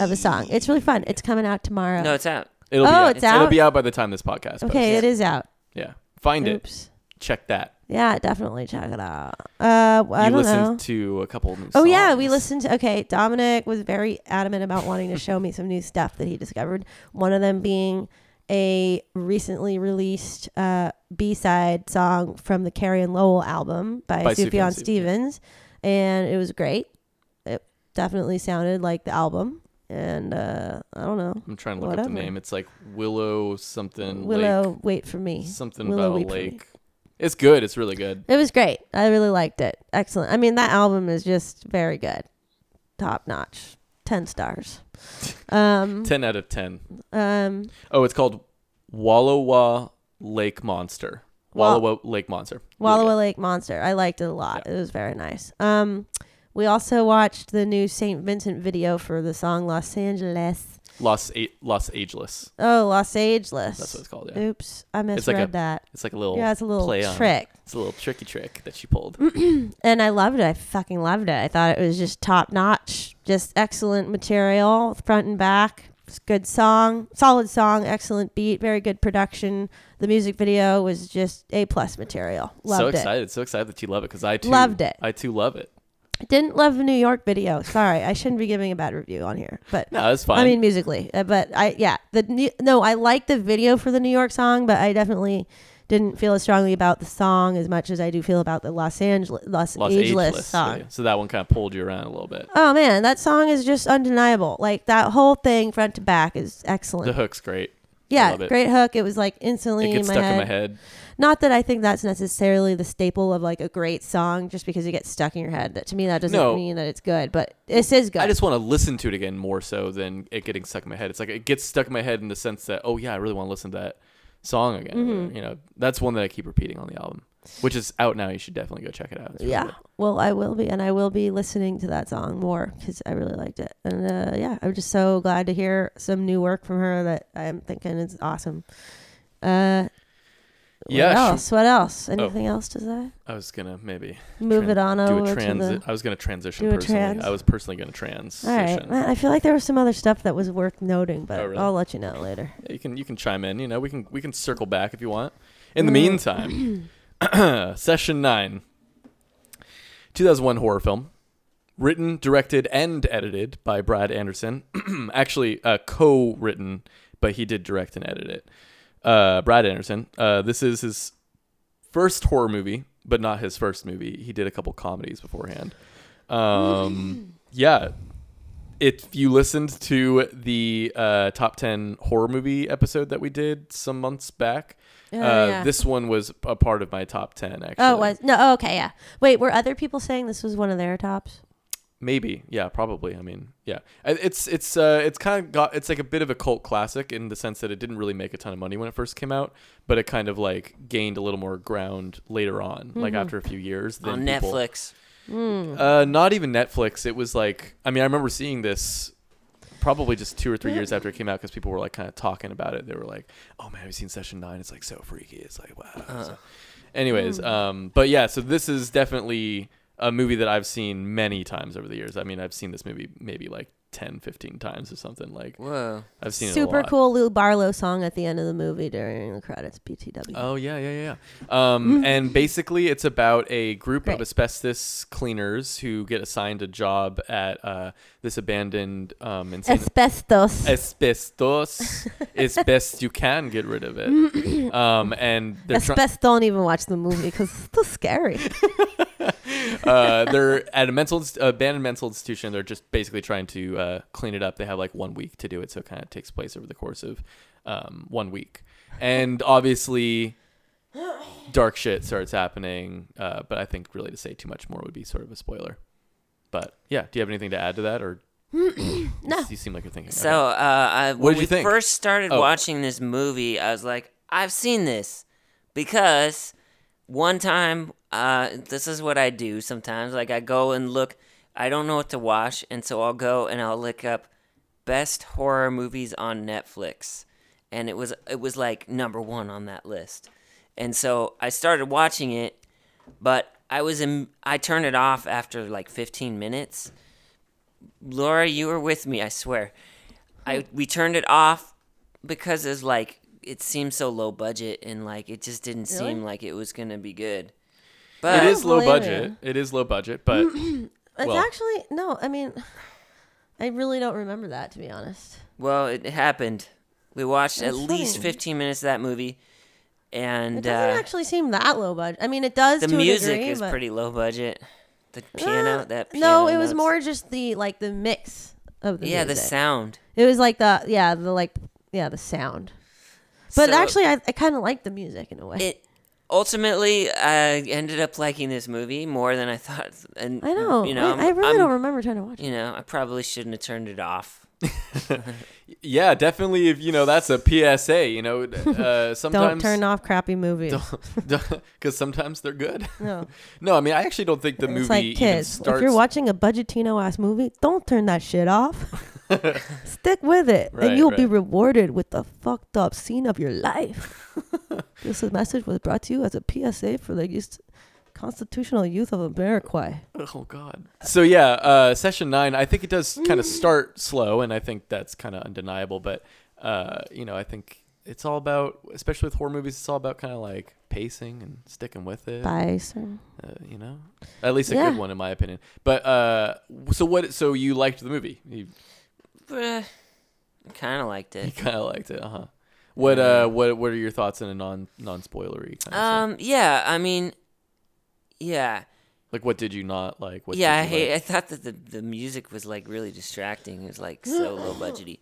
of a song. It's really fun. It's coming out tomorrow.
No, it's out.
It'll
Oh,
be out.
it's
It'll
out?
be out by the time this podcast.
okay,
posts.
it is out.
Yeah. Find it.
Oops.
Check that.
Yeah, definitely check it out. Uh, I
you
don't
listened
know.
to a couple new
Oh yeah, we
songs.
listened to. Okay, Dominic was very adamant about wanting to show me some new stuff that he discovered. One of them being a recently released uh, B side song from the Carrie and Lowell album by,
By Sufjan
Sufjan
Stevens, yeah.
Stevens, and it was great. It definitely sounded like the album, and uh, I don't know.
I'm trying to look up the
Whatever.
name. It's like Willow something.
Willow,
Lake,
wait for me.
something
Willow
about a
Weep for Me.
lake. It's good. It's really good.
It was great. I really liked it. Excellent. I mean, that album is just very good, top notch. Ten
(laughs)
stars. Um,
Ten out of ten.
um,
Oh, it's called Wallowa Lake Monster.
Wal-
Wallowa Lake Monster. Really
Wallowa Lake Monster. I liked it a lot. It was very nice. Um, we also watched the new St. Vincent video for the song Los Angeles.
good. Los A- Los Ageless.
Oh, Los Angeles.
That's what it's called. Yeah,
Oops, I misread
like a
that.
it's like a little
Yeah, Mm, it's a little
play on-
trick.
It's a little tricky trick that she pulled.
And I loved it. I fucking loved it. I thought it was just top notch, just excellent material, front and back, It's a good song, solid song, excellent beat, very good production. The music video was just a plus material. Loved
so
it.
excited, so excited that you love it because I too
Loved it.
I too love it.
Didn't love the New York video. Sorry, I shouldn't be giving a bad review on here, but
No, it's fine.
I mean musically. uh, But I yeah, the new, no, I like the video for the New York song, but I definitely didn't feel as strongly about the song as much as I do feel about the Los Angeles Los,
Los
Angeles,
Ageless, yeah,
song.
yeah. So that one kind of pulled you around a little bit.
Oh man, that song is just undeniable. Like that whole thing front to back is
The
excellent.
hook's great.
yeah,
love it.
great hook. It was like instantly
It gets
in, my
stuck
head.
in my head.
Not that I think that's necessarily the staple of like a great song just because it gets stuck in your head. That to me that doesn't
No.
mean that it's good, but this is good.
I just want to listen to it again more so than it getting stuck in my head. It's like it gets stuck in my head in the sense that oh yeah, I really want to listen to that song again.
Mm-hmm.
You know, that's one that I keep repeating on the album, which is out now. You should definitely go check it out. It's really
yeah
good.
well i will be and i will be listening to that song more because i really liked it and uh, yeah i'm just so glad to hear some new work from her that i'm thinking is awesome uh what
Yeah, sh-
else what else anything else to say
I was gonna maybe
move
tran-
it on
do
over
a
to
transit.
the
I was gonna transition
do a
personally.
trans-
I was personally gonna transition.
all right man i feel like there was some other stuff that was worth noting but
Oh, really?
i'll let you know later
Yeah, you can you can chime in. You know, we can we can circle back if you want. In the meantime, (clears throat) session nine, 2001 horror film, written, directed, and edited by Brad Anderson. (clears throat) Actually, uh, co-written, but he did direct and edit it. Uh, Brad Anderson. Uh, this is his first horror movie, but not his first movie. He did a couple comedies beforehand. Um, yeah, if you listened to the uh, top 10 horror movie episode that we did some months back,
Oh,
uh,
yeah.
this one was a part of my top 10, actually.
oh it was no oh, okay yeah wait were other people saying this was one of their tops
Maybe. Yeah, probably. I mean, yeah. I- It's it's uh it's kind of got it's like a bit of a cult classic in the sense that it didn't really make a ton of money when it first came out, but it kind of like gained a little more ground later on, like
Mm-hmm.
after a few years than
on
people-
Netflix.
Hmm.
Uh, not even Netflix. It was like I mean I remember seeing this probably just two or three years after it came out because people were like kind of talking about it. They were like, "Oh man, have you seen Session Nine? It's like so freaky. It's like wow." So- anyways, um, but yeah, so this is definitely a movie that I've seen many times over the years. I mean, I've seen this movie maybe like 10, 15 times or something. Like
Whoa.
I've seen it a
super
lot.
cool lou barlow song at the end of the movie during the credits btw
Oh yeah, yeah, yeah, yeah. Um, and basically, it's about a group
Great.
of asbestos cleaners who get assigned a job at uh, this abandoned um, insane
asbestos
asbestos as best you can get rid of it. Um, and they're
It's
trying.
best don't even watch the movie because it's too
(laughs)
scary.
uh, they're at a mental inst- abandoned mental institution. They're just basically trying to uh, clean it up. They have like one week to do it, so it kind of takes place over the course of um, one week. And obviously, dark shit starts happening. Uh, but I think really to say too much more would be sort of a spoiler. But yeah, do you have anything to add to that, or
(clears throat) No.
You seem like you're thinking.
So, uh, I, when
did you
we
think?
first started
Oh.
watching this movie, I was like, I've seen this because one time, uh, this is what I do sometimes. Like, I go and look, I don't know what to watch, and so I'll go and I'll look up best horror movies on Netflix, and it was it was like number one on that list, and so I started watching it, but I was in, I turned it off after like 15 minutes. Laura, you were with me, I swear. I
Hmm.
we turned it off because it's like it seemed so low budget and like it just didn't
Really?
seem like it was gonna be good.
It
uh,
But
is low
Blame
budget. It is low budget, but (laughs)
It's
Well-
actually no. I mean, I really don't remember that to be honest.
well, it happened. We watched at
That's
least
funny.
15 minutes of that movie, and
It doesn't
uh,
actually seem that low budget. I mean, it does.
the
to a
music
degree,
is
but-
pretty low budget. The
Ah,
piano, that piano
no, it was
notes.
more just the like the mix of the
yeah, the
music.
sound.
It was like the yeah the like yeah the sound. But
So-
actually, I, I kind of like the music in a way.
it ultimately I ended up liking this movie more than I thought. And
I know.
you know,
I, I
I'm-
really
I'm-
don't remember trying to watch it.
You know, I probably shouldn't have turned it off.
yeah, definitely. If you know, that's a PSA. You know, uh,
(laughs) Don't
sometimes
turn off crappy movies.
because sometimes they're good.
No.
No, I mean I actually don't think the movie
it's like
even
kids.
starts.
If you're watching a budgetino ass movie, don't turn that shit
(laughs)
off. Stick with it,
Right,
and you'll be
right.
rewarded with the fucked up
(laughs)
scene of your life. this message was brought to you as a PSA for the used Constitutional Youth of America.
Oh God. So yeah, uh, session nine. I think it does kind of start slow, and I think that's kind of undeniable. But uh, you know, I think it's all about, especially with horror movies, it's all about kind of like pacing and sticking with it.
Bison.
Uh, you know, at least a
Yeah.
good one in my opinion. But uh, so what? So you liked the movie? You,
kind of uh, liked it.
you kind of liked it, uh huh. What uh, what what are your thoughts in a non non spoilery kind of
Um, yeah, I mean, yeah,
like what did you not like? What
yeah. I
did you
hate.
like?
I thought that the, the music was like really distracting. It was like so low
(coughs)
budgety,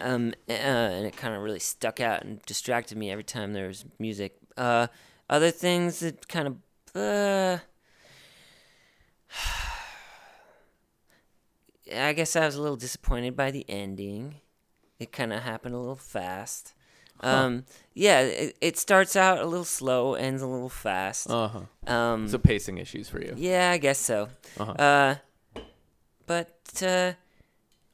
um, uh, and it kind of really stuck out and distracted me every time there was music. Uh, other things that kind of, uh, (sighs) I guess I was a little disappointed by the ending. It kind of happened a little fast. Um, yeah, it, it starts out a little slow, ends a little fast.
Uh huh.
Um,
So pacing issues for you.
yeah, I guess so.
Uh-huh.
Uh, but uh,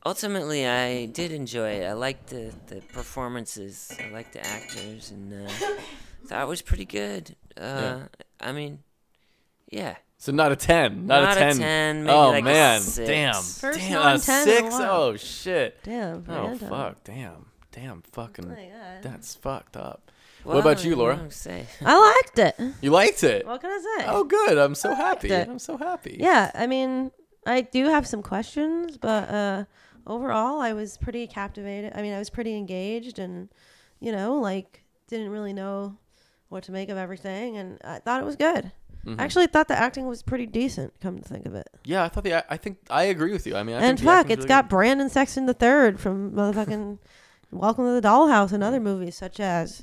ultimately, I did enjoy it. I liked the, the performances. I liked the actors, and uh,
(laughs)
thought it was pretty good. Uh,
Yeah.
I mean, yeah,
So not a ten, not,
Not
a
a
ten.
10, maybe
oh
like a
man,
six.
damn,
First
damn, a
non-10 in a
six.
while.
Oh shit.
Damn.
Oh
Miranda.
fuck, damn, damn, fucking.
my God.
That's fucked up.
Well,
what about
I
you,
don't
Laura? Oh,
know what to say.
I liked it.
You liked it?
What can I say?
Oh good. I'm so happy.
it.
I'm so happy.
Yeah, I mean, I do have some questions, but uh, overall, I was pretty captivated. I mean, I was pretty engaged, and you know, like, didn't really know what to make of everything, and I thought it was good.
Mm-hmm.
I actually thought the acting was pretty decent. Come to think of it,
Yeah, I thought the. I- I think I agree with you. I mean, I
and
think the
fuck,
acting's
it's
really
got
good.
Brandon Sexton the third from
(laughs)
motherfucking Welcome to the Dollhouse and
Mm-hmm.
other movies such as.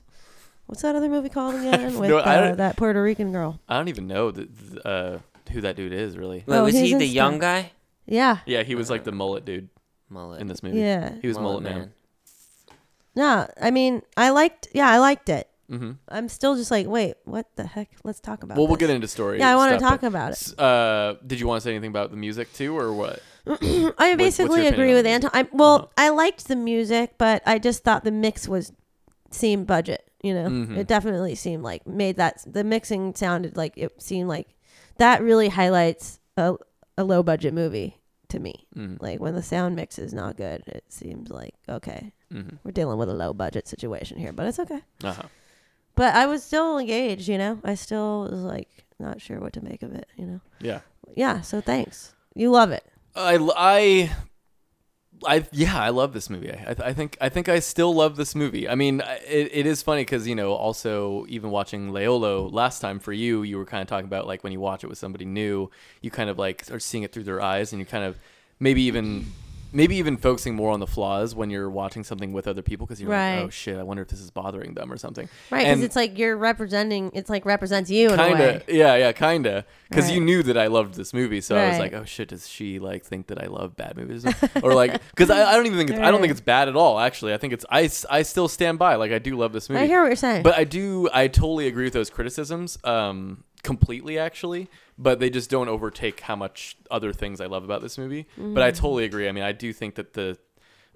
What's that other movie
(laughs)
called again with
no- I
uh,
don't-
that Puerto Rican girl?
I don't even know the, the, uh, who that dude is really.
Wait,
Oh,
was
he's
he
in
the young
Star-
guy?
Yeah,
Yeah, he was like the mullet dude
Mullet.
in this movie.
yeah.
He was mullet,
No, I mean, I liked. Yeah, I liked it.
man. hmm
I'm still just like, wait, what the heck? Let's talk about.
Well, we'll
this.
get into story.
Yeah, I
want to
talk about it. (clears throat)
Uh, did you want to say anything about the music too, or what?
I
what's your
basically
opinion
agree
on
with
the
Anton.
music?
I, well,
Uh-huh.
I liked the music, but I just thought the mix was seemed budget. You know,
Mhm.
it definitely seemed like made that the mixing sounded like it seemed like that really highlights a a low budget movie to me.
Mm-hmm.
Like when the sound mix is not good, it seems like okay,
Mm-hmm.
we're dealing with a low budget situation here, but it's okay.
Uh huh.
But I was still engaged. You know, I still was like not sure what to make of it. You know.
Yeah.
yeah so thanks you love it
I, I, I, yeah, I love this movie. I, I think, I think I still love this movie. I mean, I- it, it is funny because you know, also even watching Leolo last time for you, you were kind of talking about like when you watch it with somebody new, you kind of like are seeing it through their eyes, and you kind of maybe even. Maybe even focusing more on the flaws when you're watching something with other people because you're
Right.
like, oh shit, I wonder if this is bothering them or something.
right because
And-
it's like you're representing it's like represents you in a way
kinda yeah yeah kinda because you
Right.
knew that i loved this movie so i was
Right.
like oh shit does she like think that i love bad movies (laughs) or like because I, I don't even think it's, i don't think it's bad at all actually i think it's i, s- I still stand by like i do love this movie
i hear what you're saying
but i do i totally agree with those criticisms um completely actually but they just don't overtake how much other things i love about this movie but i totally agree i mean i do think that the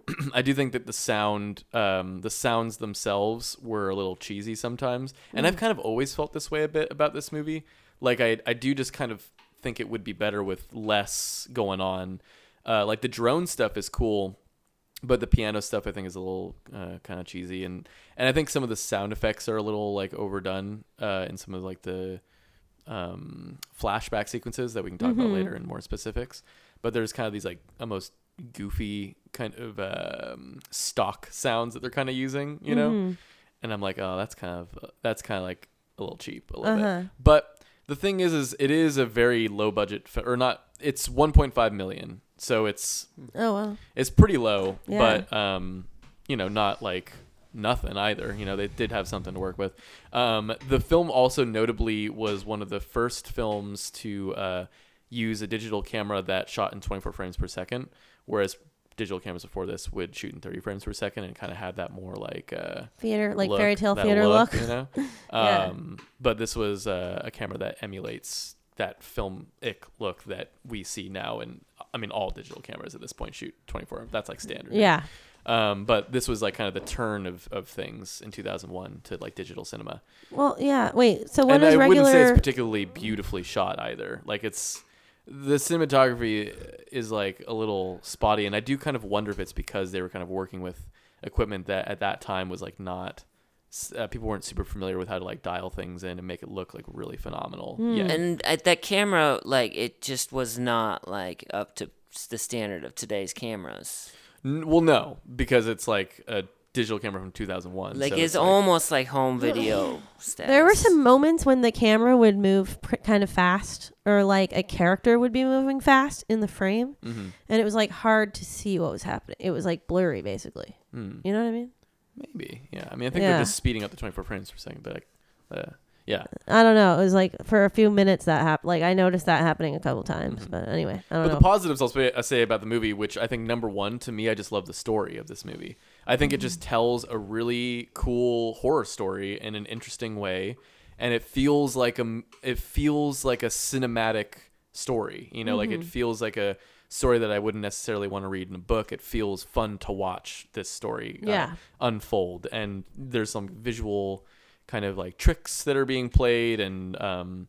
(clears throat) I do think that the sound, um, the sounds themselves were a little cheesy sometimes, and I've kind of always felt this way a bit about this movie. Like I, I do just kind of think it would be better with less going on. Uh, like the drone stuff is cool, but the piano stuff I think is a little uh, kind of cheesy, and and I think some of the sound effects are a little like overdone uh, in some of like the um, flashback sequences that we can talk about later in more specifics. But there's kind of these like almost goofy kind of um, stock sounds that they're kind of using, you
Mm-hmm.
know. And I'm like, oh, that's kind of that's kind of like a little cheap, a little
Uh-huh.
bit. But the thing is, is it is a very low budget fi- or not? It's 1.5 million, so it's
oh well
it's pretty low,
Yeah.
but um, you know, not like nothing either. You know, they did have something to work with. Um, the film also notably was one of the first films to uh, use a digital camera that shot in 24 frames per second, whereas digital cameras before this would shoot in 30 frames per second and kind of had that more like uh,
theater like
look,
fairy tale
that
theater look, (laughs)
you know.
Yeah.
um, but this was uh, a camera that emulates that filmic look that we see now, and I mean, all digital cameras at this point shoot 24. That's like standard. now.
yeah
Um, but this was like kind of the turn of, of things in 2001 to like digital cinema.
Well, yeah. Wait. So what
and
is
I wouldn't say it's
regular?
particularly beautifully shot either. Like it's the cinematography is like a little spotty, and I do kind of wonder if it's because they were kind of working with equipment that at that time was like not s- uh, people weren't super familiar with how to like dial things in and make it look like really phenomenal.
Hmm.
Yeah,
And I, that camera, like, it just was not like up to s- the standard of today's cameras.
N- well, no, because it's like a digital camera from 2001.
Like,
so
it's almost like
(gasps)
home video status.
There were some moments when the camera would move pr- kind of fast, or like a character would be moving fast in the frame,
mm-hmm.
and it was like hard to see what was happening. It was like blurry, basically. You know what I mean?
Mm. maybe. Yeah, I mean, I think
Yeah.
they're just speeding up to 24 frames per second, but like, uh, yeah.
I don't know. It was like for a few minutes that happened. Like I noticed that happening a couple times, but anyway, I don't
Mm-hmm. But
know.
the positives I'll say, I say about the movie, which I think number one to me, I just love the story of this movie. I think it just
Mm-hmm.
tells a really cool horror story in an interesting way, and it feels like a m- it feels like a cinematic story. You know,
Mm-hmm.
like it feels like a story that I wouldn't necessarily want to read in a book. It feels fun to watch this story uh,
Yeah.
unfold, and there's some visual kind of like tricks that are being played and um,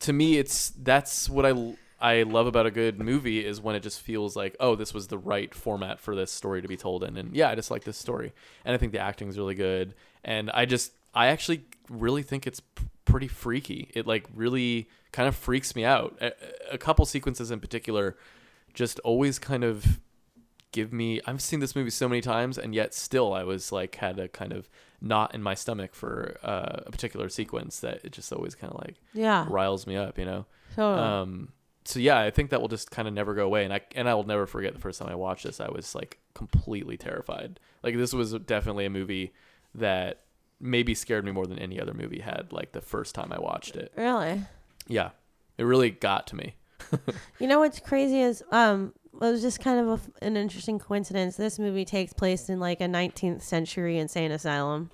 to me it's that's what I I love about a good movie is when it just feels like oh this was the right format for this story to be told in and yeah I just like this story and I think the acting's really good and I just I actually really think it's p- pretty freaky it like really kind of freaks me out a, a couple sequences in particular just always kind of give me I've seen this movie so many times and yet still I was like had a kind of knot in my stomach for uh, a particular sequence that it just always kind of like
yeah.
riles me up, you know.
Totally.
Um, so yeah, I think that will just kind of never go away, and I and I will never forget the first time I watched this. I was like completely terrified. Like this was definitely a movie that maybe scared me more than any other movie had. Like the first time I watched it,
really.
yeah, it really got to me.
You know what's crazy is um it was just kind of a f an interesting coincidence. This movie takes place in like a 19th century insane asylum.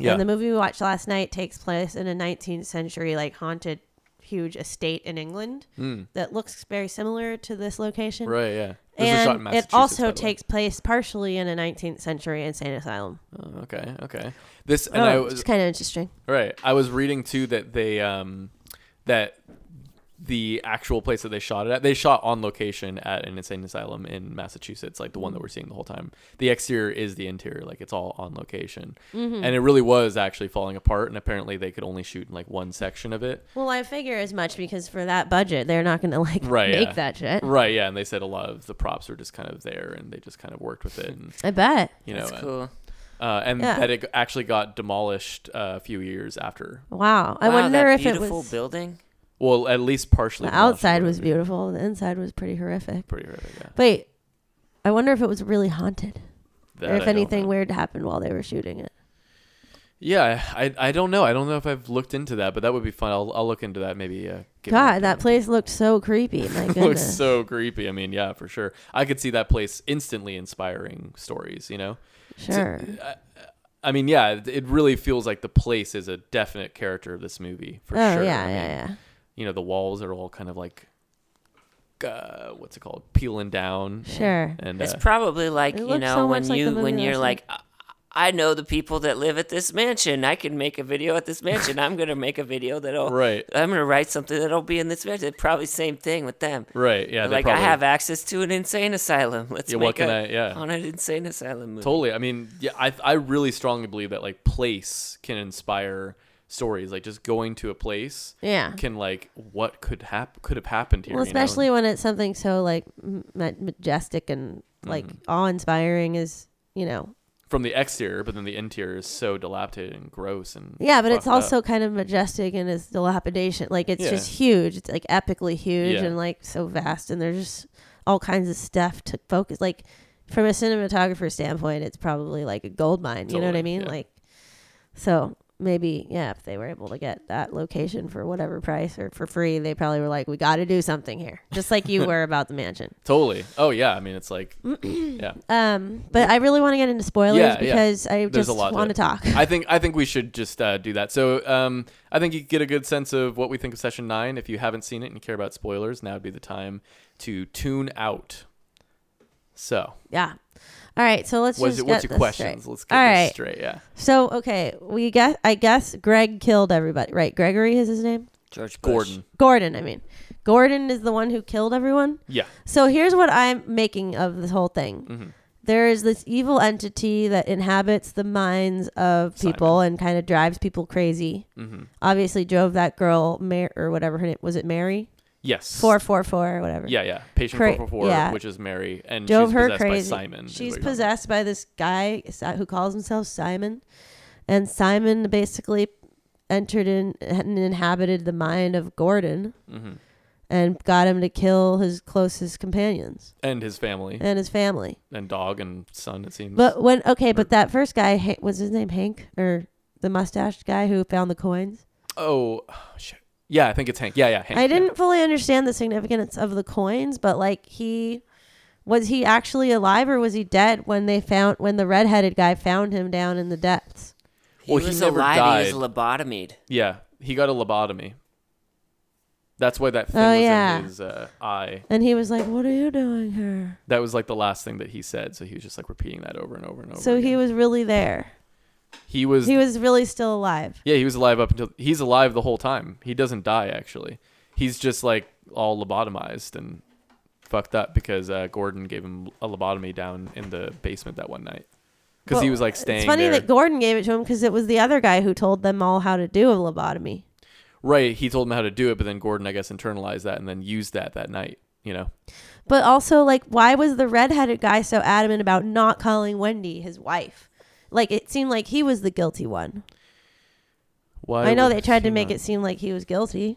Yeah.
And the movie we watched last night takes place in a 19th century like haunted huge estate in England that looks very similar to this location.
Right? Yeah. Hmm. This was shot in
And it
Massachusetts, by
also
the way.
takes place partially in a 19th century insane asylum.
Oh, okay. Okay. This and I
oh,
was
it's kind of interesting.
Right. I was reading too that they um that the actual place that they shot it at they shot on location at an insane asylum in Massachusetts, like the one that we're seeing the whole time. The exterior is the interior, like it's all on location.
Hmm. Mm-hmm.
And it really was actually falling apart and apparently they could only shoot in like one section
(laughs)
of it.
Well, I figure as much because for that budget, they're not going to like
Right.
make
yeah.
that shit.
Right, yeah, and they said a lot of the props were just kind of there and they just kind of worked with
(laughs)
it and
I bet.
you know
That's
uh,
cool.
uh, and
Yeah.
that it actually got demolished uh, a few years after.
Wow. I
wow,
wonder if
that
it
beautiful
was
building.
Well, at least partially.
The
demolished,
outside
but
was
it
beautiful. The inside was pretty horrific.
Pretty horrific, yeah.
Wait, I wonder if it was really haunted,
That
or
I
if
don't
anything
know.
weird happened while they were shooting it.
Yeah, I, I don't know. I don't know if I've looked into that, but that would be fun. I'll, I'll look into that maybe. Uh, give an
God, that
update.
place looked so creepy. My
(laughs) looks
goodness.
so creepy. I mean, yeah, for sure. I could see that place instantly inspiring stories, you know?
sure.
I mean, yeah, it, it really feels like the place is a definite character of this movie, for
oh
sure.
yeah,
I
yeah,
mean,
yeah.
You know, the walls are all kind of like, uh, what's it called? Peeling down.
Sure.
And,
It's
uh,
probably like
It
you
looks
know
so
when
much like the
you
movie
when
I
you're
saw.
like, "I- I know the people that live at this mansion. I can make a video at this mansion. I'm gonna make a video that'll
Right.
I'm gonna write something that'll be in this mansion. Probably same thing with them.
right. Yeah.
They're
they
like
probably-
I have access to an insane asylum. Let's
Yeah, what
make
can
a
I- yeah.
haunted insane asylum movie.
(laughs) Totally. I mean, yeah, I I really strongly believe that like place can inspire stories. Like just going to a place,
Yeah.
can like what could hap- could have happened here.
Well,
you know?
especially when it's something so like m- ma- majestic and like
Mm.
awe-inspiring is you know.
from the exterior, but then the interior is so dilapidated and gross and
Yeah, but it's
fucked up.
also kind of majestic in its dilapidation. Like it's
Yeah.
just huge. It's like epically huge
Yeah.
and like so vast, and there's just all kinds of stuff to focus. Like from a cinematographer standpoint, it's probably like a gold mine. You know what
Totally,
I mean?
yeah.
Like, so maybe yeah, if they were able to get that location for whatever price or for free, they probably were like, we got to do something here, just like
(laughs)
you were about the mansion.
totally. Oh yeah, I mean
(laughs)
it's like yeah.
Um, but I really want to get into spoilers
Yeah, yeah.
because I
There's
just
a lot to
want to
it.
talk.
I think I think we should just uh, do that. So um, I think you get a good sense of what we think of session nine. If you haven't seen it and you care about spoilers, now would be the time to tune out. So
yeah. All right, so let's
What is
just
it, what's
get
your
this
questions?
straight.
Let's get
All
this
right.
straight. Yeah.
So okay, we guess I guess Greg killed everybody, right? Gregory is his name.
George Bush.
Gordon.
Gordon, I mean. Gordon is the one who killed everyone.
Yeah.
So here's what I'm making of this whole thing.
Mm. Mm-hmm.
There is this evil entity that inhabits the minds of people and kind of drives people crazy.
Mm-hmm.
Obviously, drove that girl, Mar- or whatever her name was. It Mary
Yes.
four four four, whatever.
Yeah, yeah. Patient
Cra-
444,
yeah.
which is Mary, and
drove
she's
her
possessed
crazy.
by Simon. is
She's
what you're talking
possessed by this guy Si- who calls himself Simon, and Simon basically entered in and inhabited the mind of Gordon,
Mm-hmm.
and got him to kill his closest companions
about. And his family,
and his family.
and dog, and son, it seems.
But when okay, but that first guy Ha- was his name Hank or the mustached guy who found the coins.
oh, shit. Yeah, I think it's Hank. Yeah, yeah. Hank,
I
yeah.
didn't fully understand the significance of the coins, but like he was he actually alive or was he dead when they found when the redheaded guy found him down in the depths?
He
Well, he
was
never
alive.
died.
He was lobotomied.
Yeah, he got a lobotomy. That's why that thing
Oh,
was
yeah.
in his uh, eye.
And he was like, "What are you doing here?"
That was like the last thing that he said. So he was just like repeating that over and over and over.
So he
again.
was really there.
he was
He was really still alive.
yeah he was alive up until he's alive the whole time. He doesn't die actually. He's just like all lobotomized and fucked up because uh, Gordon gave him a lobotomy down in the basement that one night because he
Well,
was like staying
It's funny
there.
that Gordon gave it to him because it was the other guy who told them all how to do a lobotomy.
right, he told him how to do it, but then Gordon I guess internalized that and then used that that night. You know.
But also, like, why was the redheaded guy so adamant about not calling Wendy his wife? Like, it seemed like he was the guilty one.
Why
I know
would
they tried to
he
make
not-
it seem like he was guilty,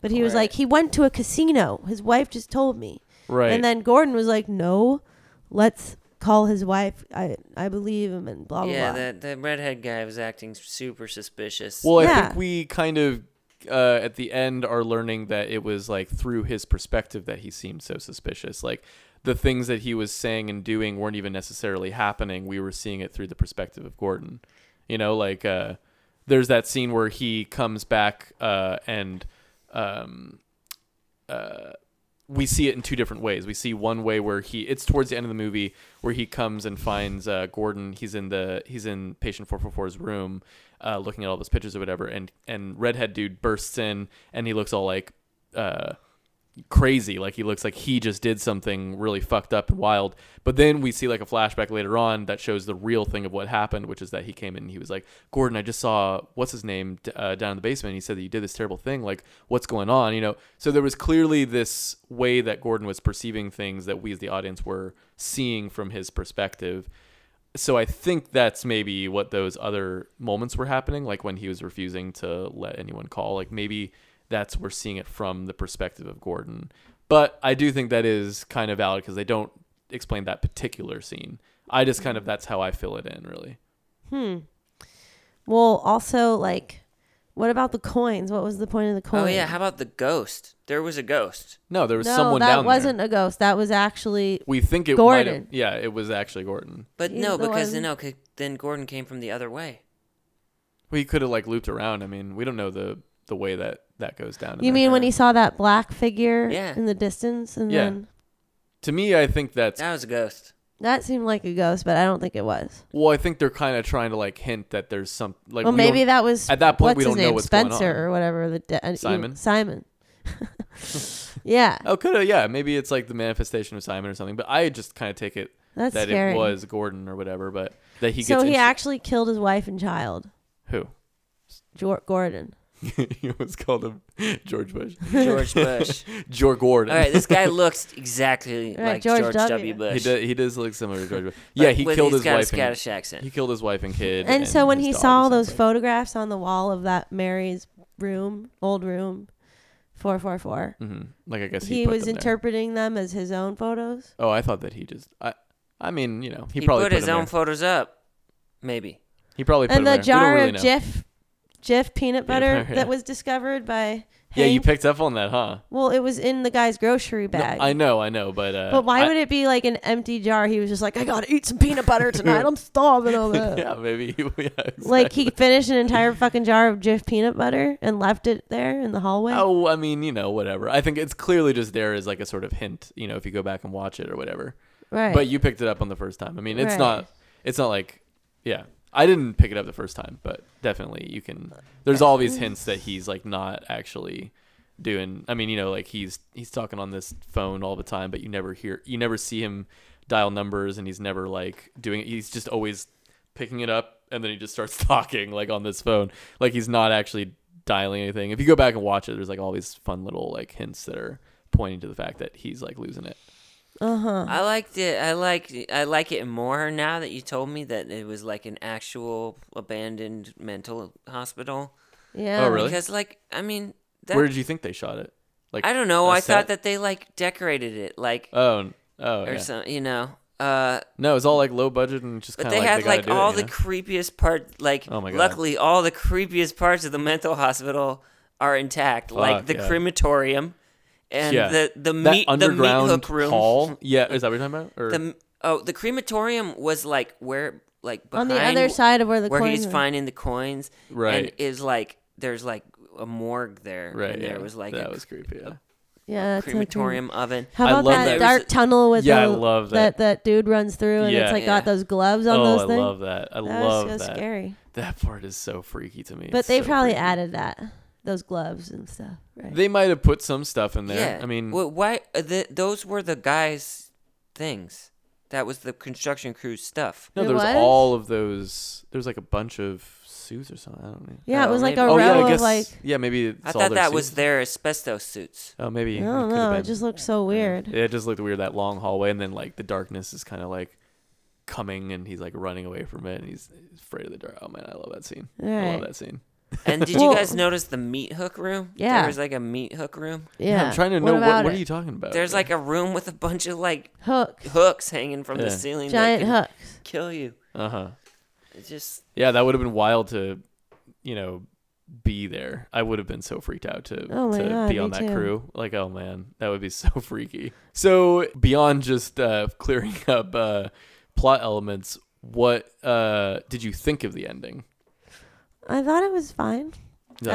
but he was
Right.
like, he went to a casino. His wife just told me.
right.
And then Gordon was like, no, let's call his wife. I, I believe him and blah, blah,
Yeah,
blah.
that, that redhead guy was acting super suspicious.
Well, I
Yeah.
think we kind of uh, at the end are learning that it was like through his perspective that he seemed so suspicious. Like the things that he was saying and doing weren't even necessarily happening. We were seeing it through the perspective of Gordon. You know, like uh, there's that scene where he comes back uh, and um, uh, we see it in two different ways. We see one way where he it's towards the end of the movie where he comes and finds uh, Gordon. He's in the he's in patient 444's room, uh, looking at all those pictures or whatever. And and redhead dude bursts in and he looks all like uh, crazy, like he looks like he just did something really fucked up and wild. But then we see like a flashback later on that shows the real thing of what happened, which is that he came in and he was like, Gordon, I just saw what's his name d- uh, down in the basement. And he said that you did this terrible thing. Like, what's going on? You know, so there was clearly this way that Gordon was perceiving things that we as the audience were seeing from his perspective. So I think that's maybe what those other moments were happening, like when he was refusing to let anyone call. Like maybe that's we're seeing it from the perspective of Gordon. But I do think that is kind of valid because they don't explain that particular scene. I just
Mm.
kind of that's how I fill it in, really.
Hmm. Well, also, like, what about the coins? What was the point of the coin?
oh yeah, how about the ghost? There was a ghost.
No, there was
no,
someone
that
down
wasn't
there.
a ghost. That was actually
We think it might have-
Gordon.
Yeah, it was actually Gordon.
But
He's
no,
the
because
one-
no, 'cause then Gordon came from the other way.
We could have like looped around. I mean, we don't know the the way that that goes down. in
You
there.
mean when he saw that black figure
Yeah.
in the distance and
Yeah.
then
to me? I think that's
That was a ghost.
that seemed like a ghost, but I don't think it was.
well. I think they're kind of trying to like hint that there's some like.
well,
we
maybe
don't-
that was
at that point,
what's
we don't
his
know
name,
what's going
Spencer
on.
or whatever the de- and he-
Simon? (laughs)
Simon. (laughs) yeah,
Oh, could have. Yeah, maybe it's like the manifestation of Simon or something. But I just kind of take it
that's
that
scary.
it was Gordon or whatever. But that he gets
so he
instru-
actually killed his wife and child,
who (laughs)
Jor- Gordon.
he was called him (laughs) George Bush.
George Bush.
George
(laughs)
Gordon.
All right,
(laughs)
this guy looks exactly
Right,
like
George
George,
W.
W. Bush.
he does, he does look similar to George Bush. Yeah, he
With-
killed
he's
his
got
wife.
A
And,
Scottish accent.
he killed his wife and kid.
And, so when
his
he
dog,
saw
it
those
sounds like.
photographs on the wall of that Mary's room, old room, four four four,
Mhm. like I guess he,
he
put
was
them there.
interpreting them as his own photos.
Oh, I thought that he just. I, I mean, you know, he,
He
probably
put, his
them
own
there.
photos up. Maybe.
He probably put
and the
them there. We don't
jar
really
of
know.
Jif, Jif peanut butter
butter, yeah.
that was discovered by.
Yeah, you
Hank-
picked up on that, huh?
Well, it was in the guy's grocery
No,
bag.
I know, I know, but uh,
but why
I-
would it be like an empty jar? He was just like, I gotta eat some peanut butter tonight.
(laughs)
I'm starving (laughs) over that.
yeah, maybe. (laughs) yeah,
Like
exactly.
he finished an entire fucking jar of Jif peanut butter and left it there in the hallway.
Oh, I mean, you know, whatever. I think it's clearly just there as like a sort of hint, you know, if you go back and watch it or whatever.
Right.
But you picked it up on the first time. I mean, it's
Right.
not it's not like yeah. I didn't pick it up the first time, but definitely you can there's all these hints that he's like not actually doing I mean, you know, like he's he's talking on this phone all the time, but you never hear you never see him dial numbers and he's never like doing it. He's just always picking it up and then he just starts (laughs) talking like on this phone. Like he's not actually dialing anything. If you go back and watch it, there's like all these fun little like hints that are pointing to the fact that he's like losing it.
I liked it. I like I like it more now that you told me that it was like an actual abandoned mental hospital.
yeah.
Oh, really?
Because like I mean, that,
Where did you think they shot it? Like
I don't know.
a
I
set?
thought that they like decorated it like
Oh, n- oh,
or
yeah.
some, you know. Uh,
no, it's all like low budget and just kind
but
of
they
like
had
they gotta
like
do
all
it,
the
you know?
creepiest part. Like
Oh my God.
luckily, all the creepiest parts of the mental hospital are intact, like
Fuck,
the
yeah.
crematorium and
Yeah.
the the
that
meat the meat
underground
hook room.
hall. Yeah, is that what you're talking about? Or
The oh, the crematorium was like where like
On
behind
the other side of where the
where
coins
he's
are.
finding the coins. and
Right.
is like there's like a morgue there.
right?
and
yeah.
there was like
that
a
was creepy. Yeah.
Yeah. it's like-
crematorium oven.
How
I
about
love
that,
that.
dark tunnel with
Yeah, I
the-
love
that
that.
dude runs through and it's
Yeah.
like
Yeah.
got those gloves on
oh,
those
I
things.
love that. I
that
love
was so
that.
scary.
That part is so freaky to me.
But
It's
they
so
probably
creepy.
added that those gloves and stuff, right?
They might have put some stuff in there.
Yeah.
I mean,
well, why? uh, The, those were the guys' things. That was the construction crew's stuff.
no,
It
there was
was?
all of those. There was like a bunch of suits or something. I don't know.
yeah,
Oh,
it was like a
maybe.
oh
row
yeah, I
of
guess.
like
yeah, maybe. It's
I
all
thought
their
that
suits.
was their
(laughs)
asbestos suits.
Oh, maybe.
I don't
it could have
know. It
been.
just looked so weird.
Yeah, it just looked weird that long hallway, and then like the darkness is kind of like coming, and he's like running away from it, and he's afraid of the dark. Oh man, I love that scene. I love
Alright.
that scene.
And did
Well-
you guys notice the meat hook room?
Yeah.
There was like a meat hook room.
Yeah.
I'm trying to know what,
about
what, are
it?
you talking about?
There's like a room with a bunch of like
hook
hooks hanging from the
Yeah.
ceiling
giant
that can
hooks.
kill you.
uh huh.
It's just
Yeah, that would have been wild to, you know, be there. I would have been so freaked out to,
Oh my
to
God,
be on
me
that
too.
crew. Like, oh man, that would be (laughs) so freaky. So beyond just uh, clearing (laughs) up uh, plot elements, what uh, did you think of the ending?
I thought it was fine.
That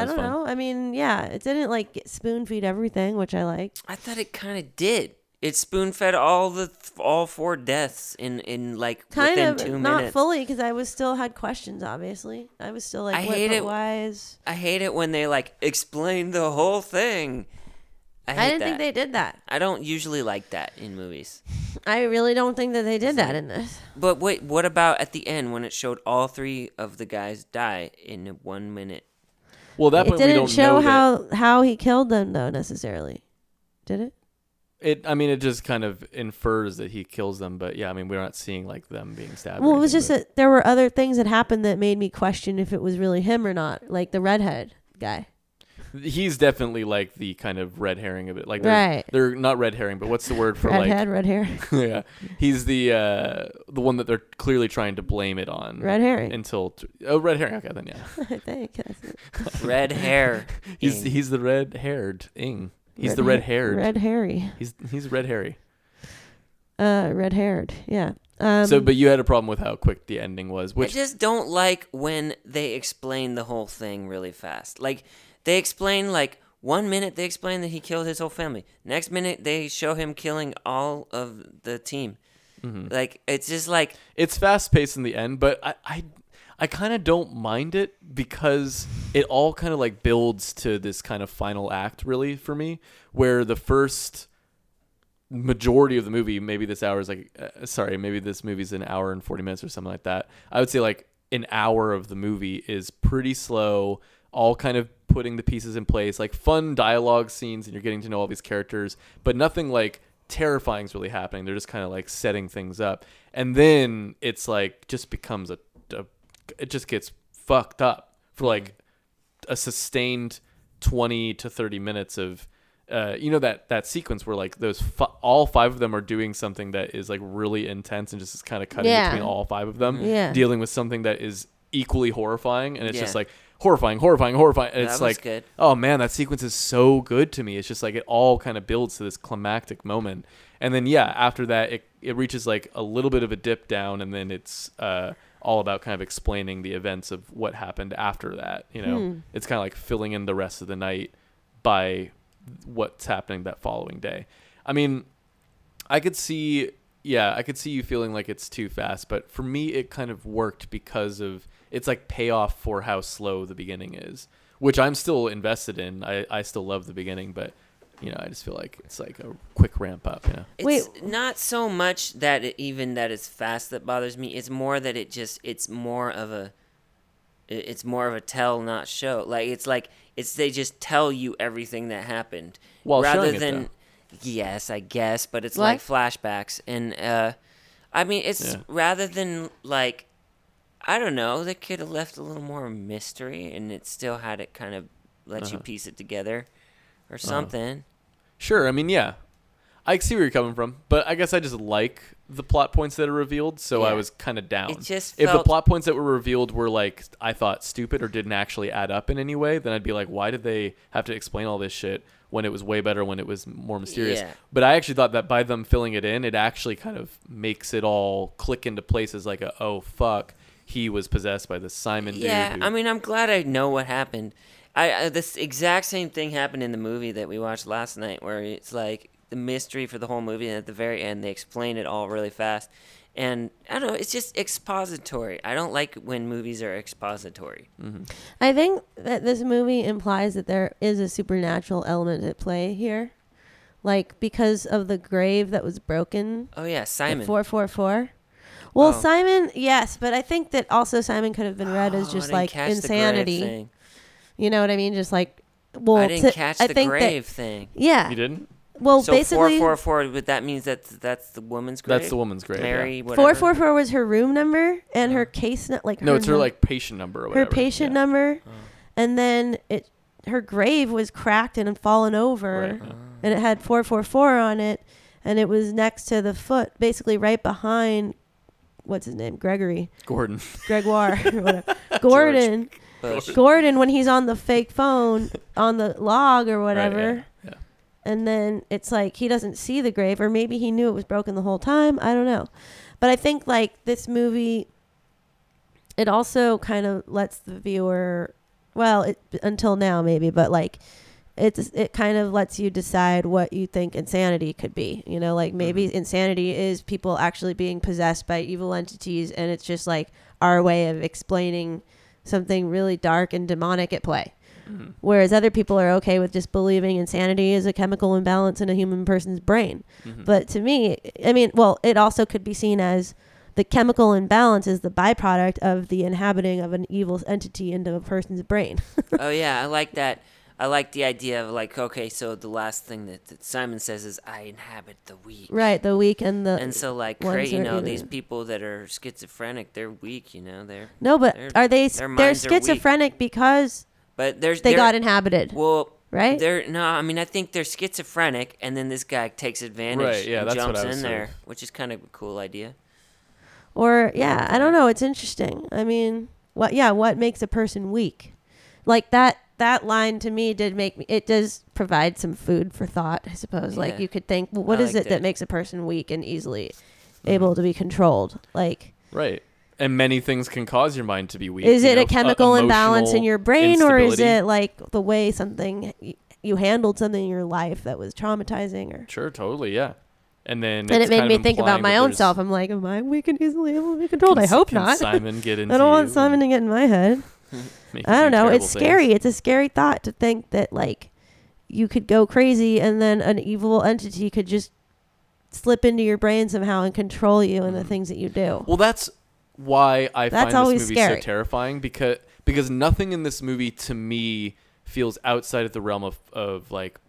I
was
don't
fun.
know. I mean, yeah, it didn't like spoon feed everything, which I liked.
I thought it kind of did. It spoon fed all the all four deaths in in like
Kind
within
of
two
not
minutes.
fully because I was still had questions. Obviously, I was still like,
I
what,
hate
but
it-
Why is
I hate it when they like explain the whole thing. I, hate
I didn't
that.
think they did that.
I don't usually like that in movies.
I really don't think that they did that in this.
But wait, what about at the end when it showed all three of the guys die in one minute?
Well, that
It
point we
didn't
don't
show
know that-
how how he killed them though necessarily, did it?
It. I mean, it just kind of infers that he kills them, but yeah, I mean, we're not seeing like them being stabbed. or
Well, it was
anything,
just
but-
that there were other things that happened that made me question if it was really him or not, like the redhead guy.
he's definitely like the kind of red herring of it. Like, they're,
Right.
they're not red herring, but what's the word for
Redhead, red
like?
hair,
(laughs) yeah, he's the uh, the one that they're clearly trying to blame it on.
red herring.
Until oh, red herring. Okay, then yeah,
(laughs) I think. That's it.
(laughs)
Red hair.
he's
Ing.
he's the red haired ing. He's
Red
the
hair-
red haired.
Red Harry.
He's he's red hairy.
Uh, red haired. Yeah. Um,
so, but you had a problem with how quick the ending was,
I
which
just don't like when they explain the whole thing really fast. Like they explain like one minute they explain that he killed his whole family. Next minute they show him killing all of the team.
Mm-hmm.
Like it's just like
it's fast paced in the end, but I I, I kind of don't mind it because it all kind of like builds to this kind of final act, really, for me, where the first majority of the movie, maybe this hour is like, uh, sorry, maybe this movie's an hour and 40 minutes or something like that. I would say like an hour of the movie is pretty slow, all kind of putting the pieces in place, like fun dialogue scenes, and you're getting to know all these characters, but nothing like terrifying's really happening. They're just kind of like setting things up. And then it's like, just becomes a, a it just gets fucked up for like a sustained 20 to 30 minutes of uh, you know that that sequence where like those fi- all five of them are doing something that is like really intense and just is kind of cutting
Yeah.
between all five of them
Yeah.
dealing with something that is equally horrifying and it's just
Yeah.
like horrifying horrifying horrifying and
That
it's
was
like
good.
oh man that sequence is so good to me it's just like it all kind of builds to this climactic moment and then yeah after that it, it reaches like a little bit of a dip down and then it's uh, all about kind of explaining the events of what happened after that you know
Hmm.
it's kind of like filling in the rest of the night by what's happening that following day i mean I could see yeah, I could see you feeling like it's too fast, but for me, it kind of worked because of it's like payoff for how slow the beginning is, which I'm still invested in. I, I still love the beginning, but you know, I just feel like it's like a quick ramp up. You know,
It's
Wait.
not so much that it, even that it's fast that bothers me. It's more that it just it's more of a it- it's more of a tell not show. Like it's like it's they just tell you everything that happened
While
rather
showing it,
than
though.
yes, I guess, but it's
What?
like flashbacks and uh I mean it's
Yeah.
rather than like I don't know, they could have left a little more mystery and it still had it kind of let
Uh-huh.
you piece it together or something.
sure. I mean, yeah, I see where you're coming from, but I guess I just like the plot points that are revealed, so I
Yeah.
was kind of down.
It just
if the
felt-
plot points that were revealed were like I thought stupid or didn't actually add up in any way, then I'd be like, why did they have to explain all this shit when it was way better when it was more mysterious?
Yeah.
But I actually thought that by them filling it in, it actually kind of makes it all click into places like a oh fuck, he was possessed by the Simon
Yeah,
dude. who-
I mean, I'm glad I know what happened. I, I this exact same thing happened in the movie that we watched last night, where it's like the mystery for the whole movie, and at the very end they explain it all really fast. And I don't know, it's just expository. I don't like when movies are expository.
I think that this movie implies that there is a supernatural element at play here, like because of the grave that was broken.
Oh yeah, Simon.
Four four four. Well,
Oh.
Simon, yes, but I think that also Simon could have been read
Oh,
as
I
just
didn't
like
catch the grave
insanity.
thing.
You know what I mean? Just like, well,
I didn't
to-
catch
I
the
think
grave thing.
That, yeah.
you didn't?
Well,
so
basically,
four four four, but that means that's that's the woman's grave.
That's the woman's grave,
Mary. Whatever. Uh-huh.
four four four was her room number and her case, nu- like
No,
her
it's her
num-
like patient number
her
or whatever.
patient
Yeah.
number,
Oh,
and then it her grave was cracked and had fallen over,
Right, yeah.
oh.
and it had four four four on it, and it was next to the foot, basically right behind what's his name, Gregory,
Gordon. (laughs)
Gregoire, (laughs) or whatever. Gordon,
Bush.
Gordon when he's on the fake phone on the log or
Right, yeah,
whatever.
yeah.
And then it's like he doesn't see the grave, or maybe he knew it was broken the whole time. I don't know. But I think like this movie, it also kind of lets the viewer, well, it, until now maybe, but like it's it kind of lets you decide what you think insanity could be. You know, like maybe insanity is people actually being possessed by evil entities, and it's just like our way of explaining something really dark and demonic at play. Whereas other people are okay with just believing insanity is a chemical imbalance in a human person's brain. But to me, I mean, well, it also could be seen as the chemical imbalance is the byproduct of the inhabiting of an evil entity into a person's brain. (laughs)
oh yeah, I like that. I like the idea of like, okay, so the last thing that, that Simon says is, "I inhabit the weak,"
right, the weak and the
and so like,
Ones
cra- you
are
know, these
either-
people that are schizophrenic, they're weak, you know, they're
No, but
Their-
are they
their
they're
minds are weak.
schizophrenic because
but there's
they
they're-
got inhabited?
well,
right?
They're no, I mean, I think they're schizophrenic, and then this guy takes advantage
Right, yeah,
and
that's what
jumps
I was
in
sort
there,
of-
which is kind of a cool idea. (laughs)
or yeah, I don't know, it's interesting. I mean, what yeah, what makes a person weak? Like that that line to me did make me it does provide some food for thought, I suppose. Like
Yeah.
you could think, well, what
I
is
liked
it that
it.
makes a person weak and easily
Mm-hmm.
able to be controlled? Like
Right. And many things can cause your mind to be weak.
is
you
it
know, uh,
a chemical
emotional
imbalance in your brain or is
instability.
it like the way something you handled something in your life that was traumatizing or
Sure, totally, yeah. And then
and
it's
it made
kind
me
of
think about
implying
my
that
own
there's-
self. I'm like, am I weak and easily able to be controlled? I
can-
hope
can
not. (laughs)
Simon get into
I don't want
you
Simon
and
to get in my head.
make you
I
do
don't know.
terrible
It's scary.
things.
It's a scary thought to think that like you could go crazy and then an evil entity could just slip into your brain somehow and control you and the things that you do.
Mm. Well, that's why I
That's
find
always
this movie
scary.
so terrifying because because nothing in this movie to me feels outside of the realm of, of like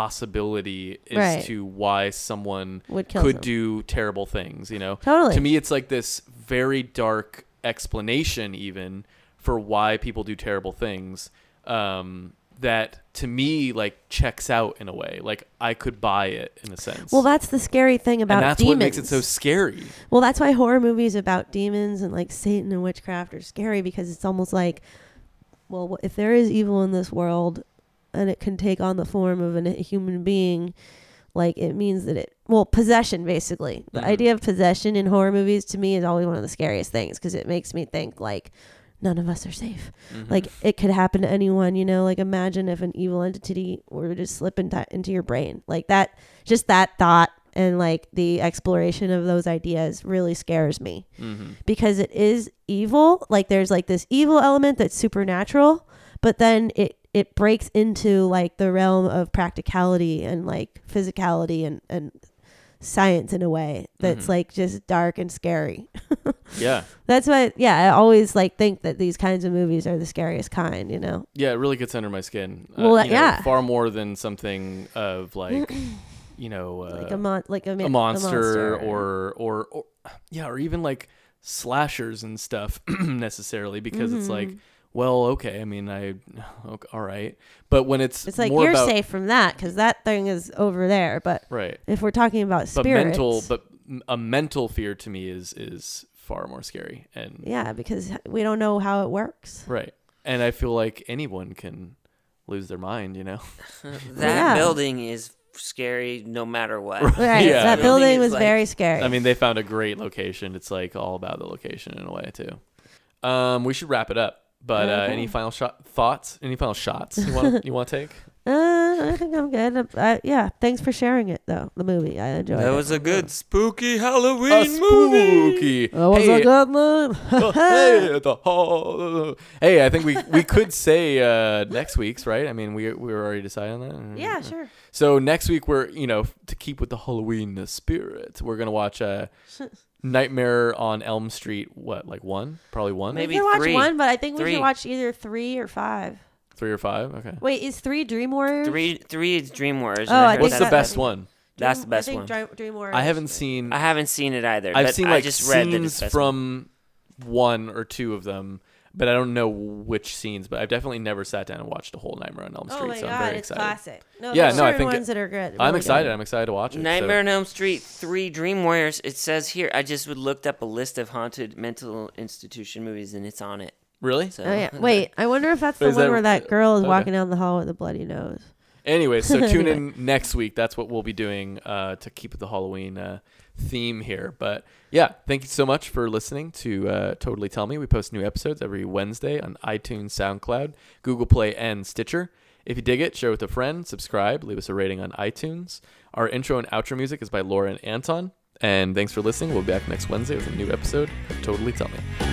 possibility as
Right.
to why someone
Would kill
could
someone.
do terrible things, you know.
Totally.
To me it's like this very dark explanation even for why people do terrible things. Um that to me like checks out in a way. Like I could buy it in a sense.
Well, that's the scary thing about
and that's
demons.
what makes it so scary.
Well, that's why horror movies about demons and like Satan and witchcraft are scary because it's almost like, well, wh- if there is evil in this world and it can take on the form of an, a human being, like it means that it, well, possession basically. The
Mhm.
idea of possession in horror movies to me is always one of the scariest things because it makes me think like, None of us are safe.
Mm-hmm.
Like it could happen to anyone, you know. Like imagine if an evil entity were to slip into into your brain. Like that, just that thought and like the exploration of those ideas really scares me
Mm-hmm.
because it is evil like there's like this evil element that's supernatural but then it it breaks into like the realm of practicality and like physicality and and science in a way that's like just dark and scary (laughs)
Yeah.
that's what yeah i always like think that these kinds of movies are the scariest kind you know
Yeah, it really gets under my skin. Uh,
Well,
you know,
yeah.
Far more than something of
(clears throat)
like, you know, uh,
like a mon- like a, ma-
a monster, or, or or yeah, or even like slashers and stuff (clears throat) necessarily because it's
Mm-hmm.
like, well, okay, I mean, I okay, all right, but when it's
it's like
more
you're
about,
safe from that because that thing is over there but
right?
if we're talking about
But
spirits
mental, but m- a mental fear to me is is far more scary and
yeah because we don't know how it
(laughs)
works
right, and I feel like anyone can lose their mind, you know.
That
Yeah.
building is scary no matter what.
right
(laughs) Yeah.
that
I
building
think
was
it's like-
very scary
I mean, they found a great location. It's like all about the location in a way too. Um, we should wrap it up. But uh,
Okay.
any final shot thoughts? Any final shots you want you want to take?
uh, i think i'm good I, yeah thanks for sharing it though the movie i enjoyed
That
it
was a good spooky Halloween
A
movie.
spooky.
that was a
hey,
good
(laughs)
one
uh, hey,
(laughs)
at the hall. Hey, I think we we could say uh, next week's right. I mean, we we were already decided on that.
yeah sure
So next week we're you know to keep with the Halloween spirit, we're gonna watch uh, Nightmare on Elm Street. What like one? Probably one,
Maybe
we could watch
three.
one but i think we
Three.
should watch either three or five
three or five. Okay.
wait is three dream warriors
Three, three is Dream Warriors.
Oh,
and
I
heard
think
What's the
that-
that's-
best one?
That's the best
I
one.
think Dri- dream warriors
I haven't seen.
I haven't seen it either.
I've
but
seen
I
like
just read that it's
scenes
best one.
from one or two of them, but I don't know which scenes. But I've definitely never sat down and watched a whole Nightmare on Elm
Oh
Street,
my
so
god,
I'm very
it's
excited.
classic. No,
Yeah,
there's
no, I
certain
think-
ones that are good.
I'm
really
excited.
good.
I'm excited to watch it. so-
Nightmare on Elm Street, three Dream Warriors. It says here. I just would looked up a list of haunted mental institution movies, and it's on it.
Really?
So
Oh
(laughs)
yeah. Wait, I wonder if that's the
Is
one
that-
where that girl is
okay.
walking down the hall with a bloody nose.
Anyway, so tune in next week. That's what we'll be doing uh, to keep the Halloween uh, theme here. But yeah, thank you so much for listening to uh, Totally Tell Me. We post new episodes every Wednesday on iTunes, SoundCloud, Google Play, and Stitcher. If you dig it, share with a friend, subscribe, leave us a rating on iTunes. Our intro and outro music is by Laura and Anton. And thanks for listening. We'll be back next Wednesday with a new episode of Totally Tell Me.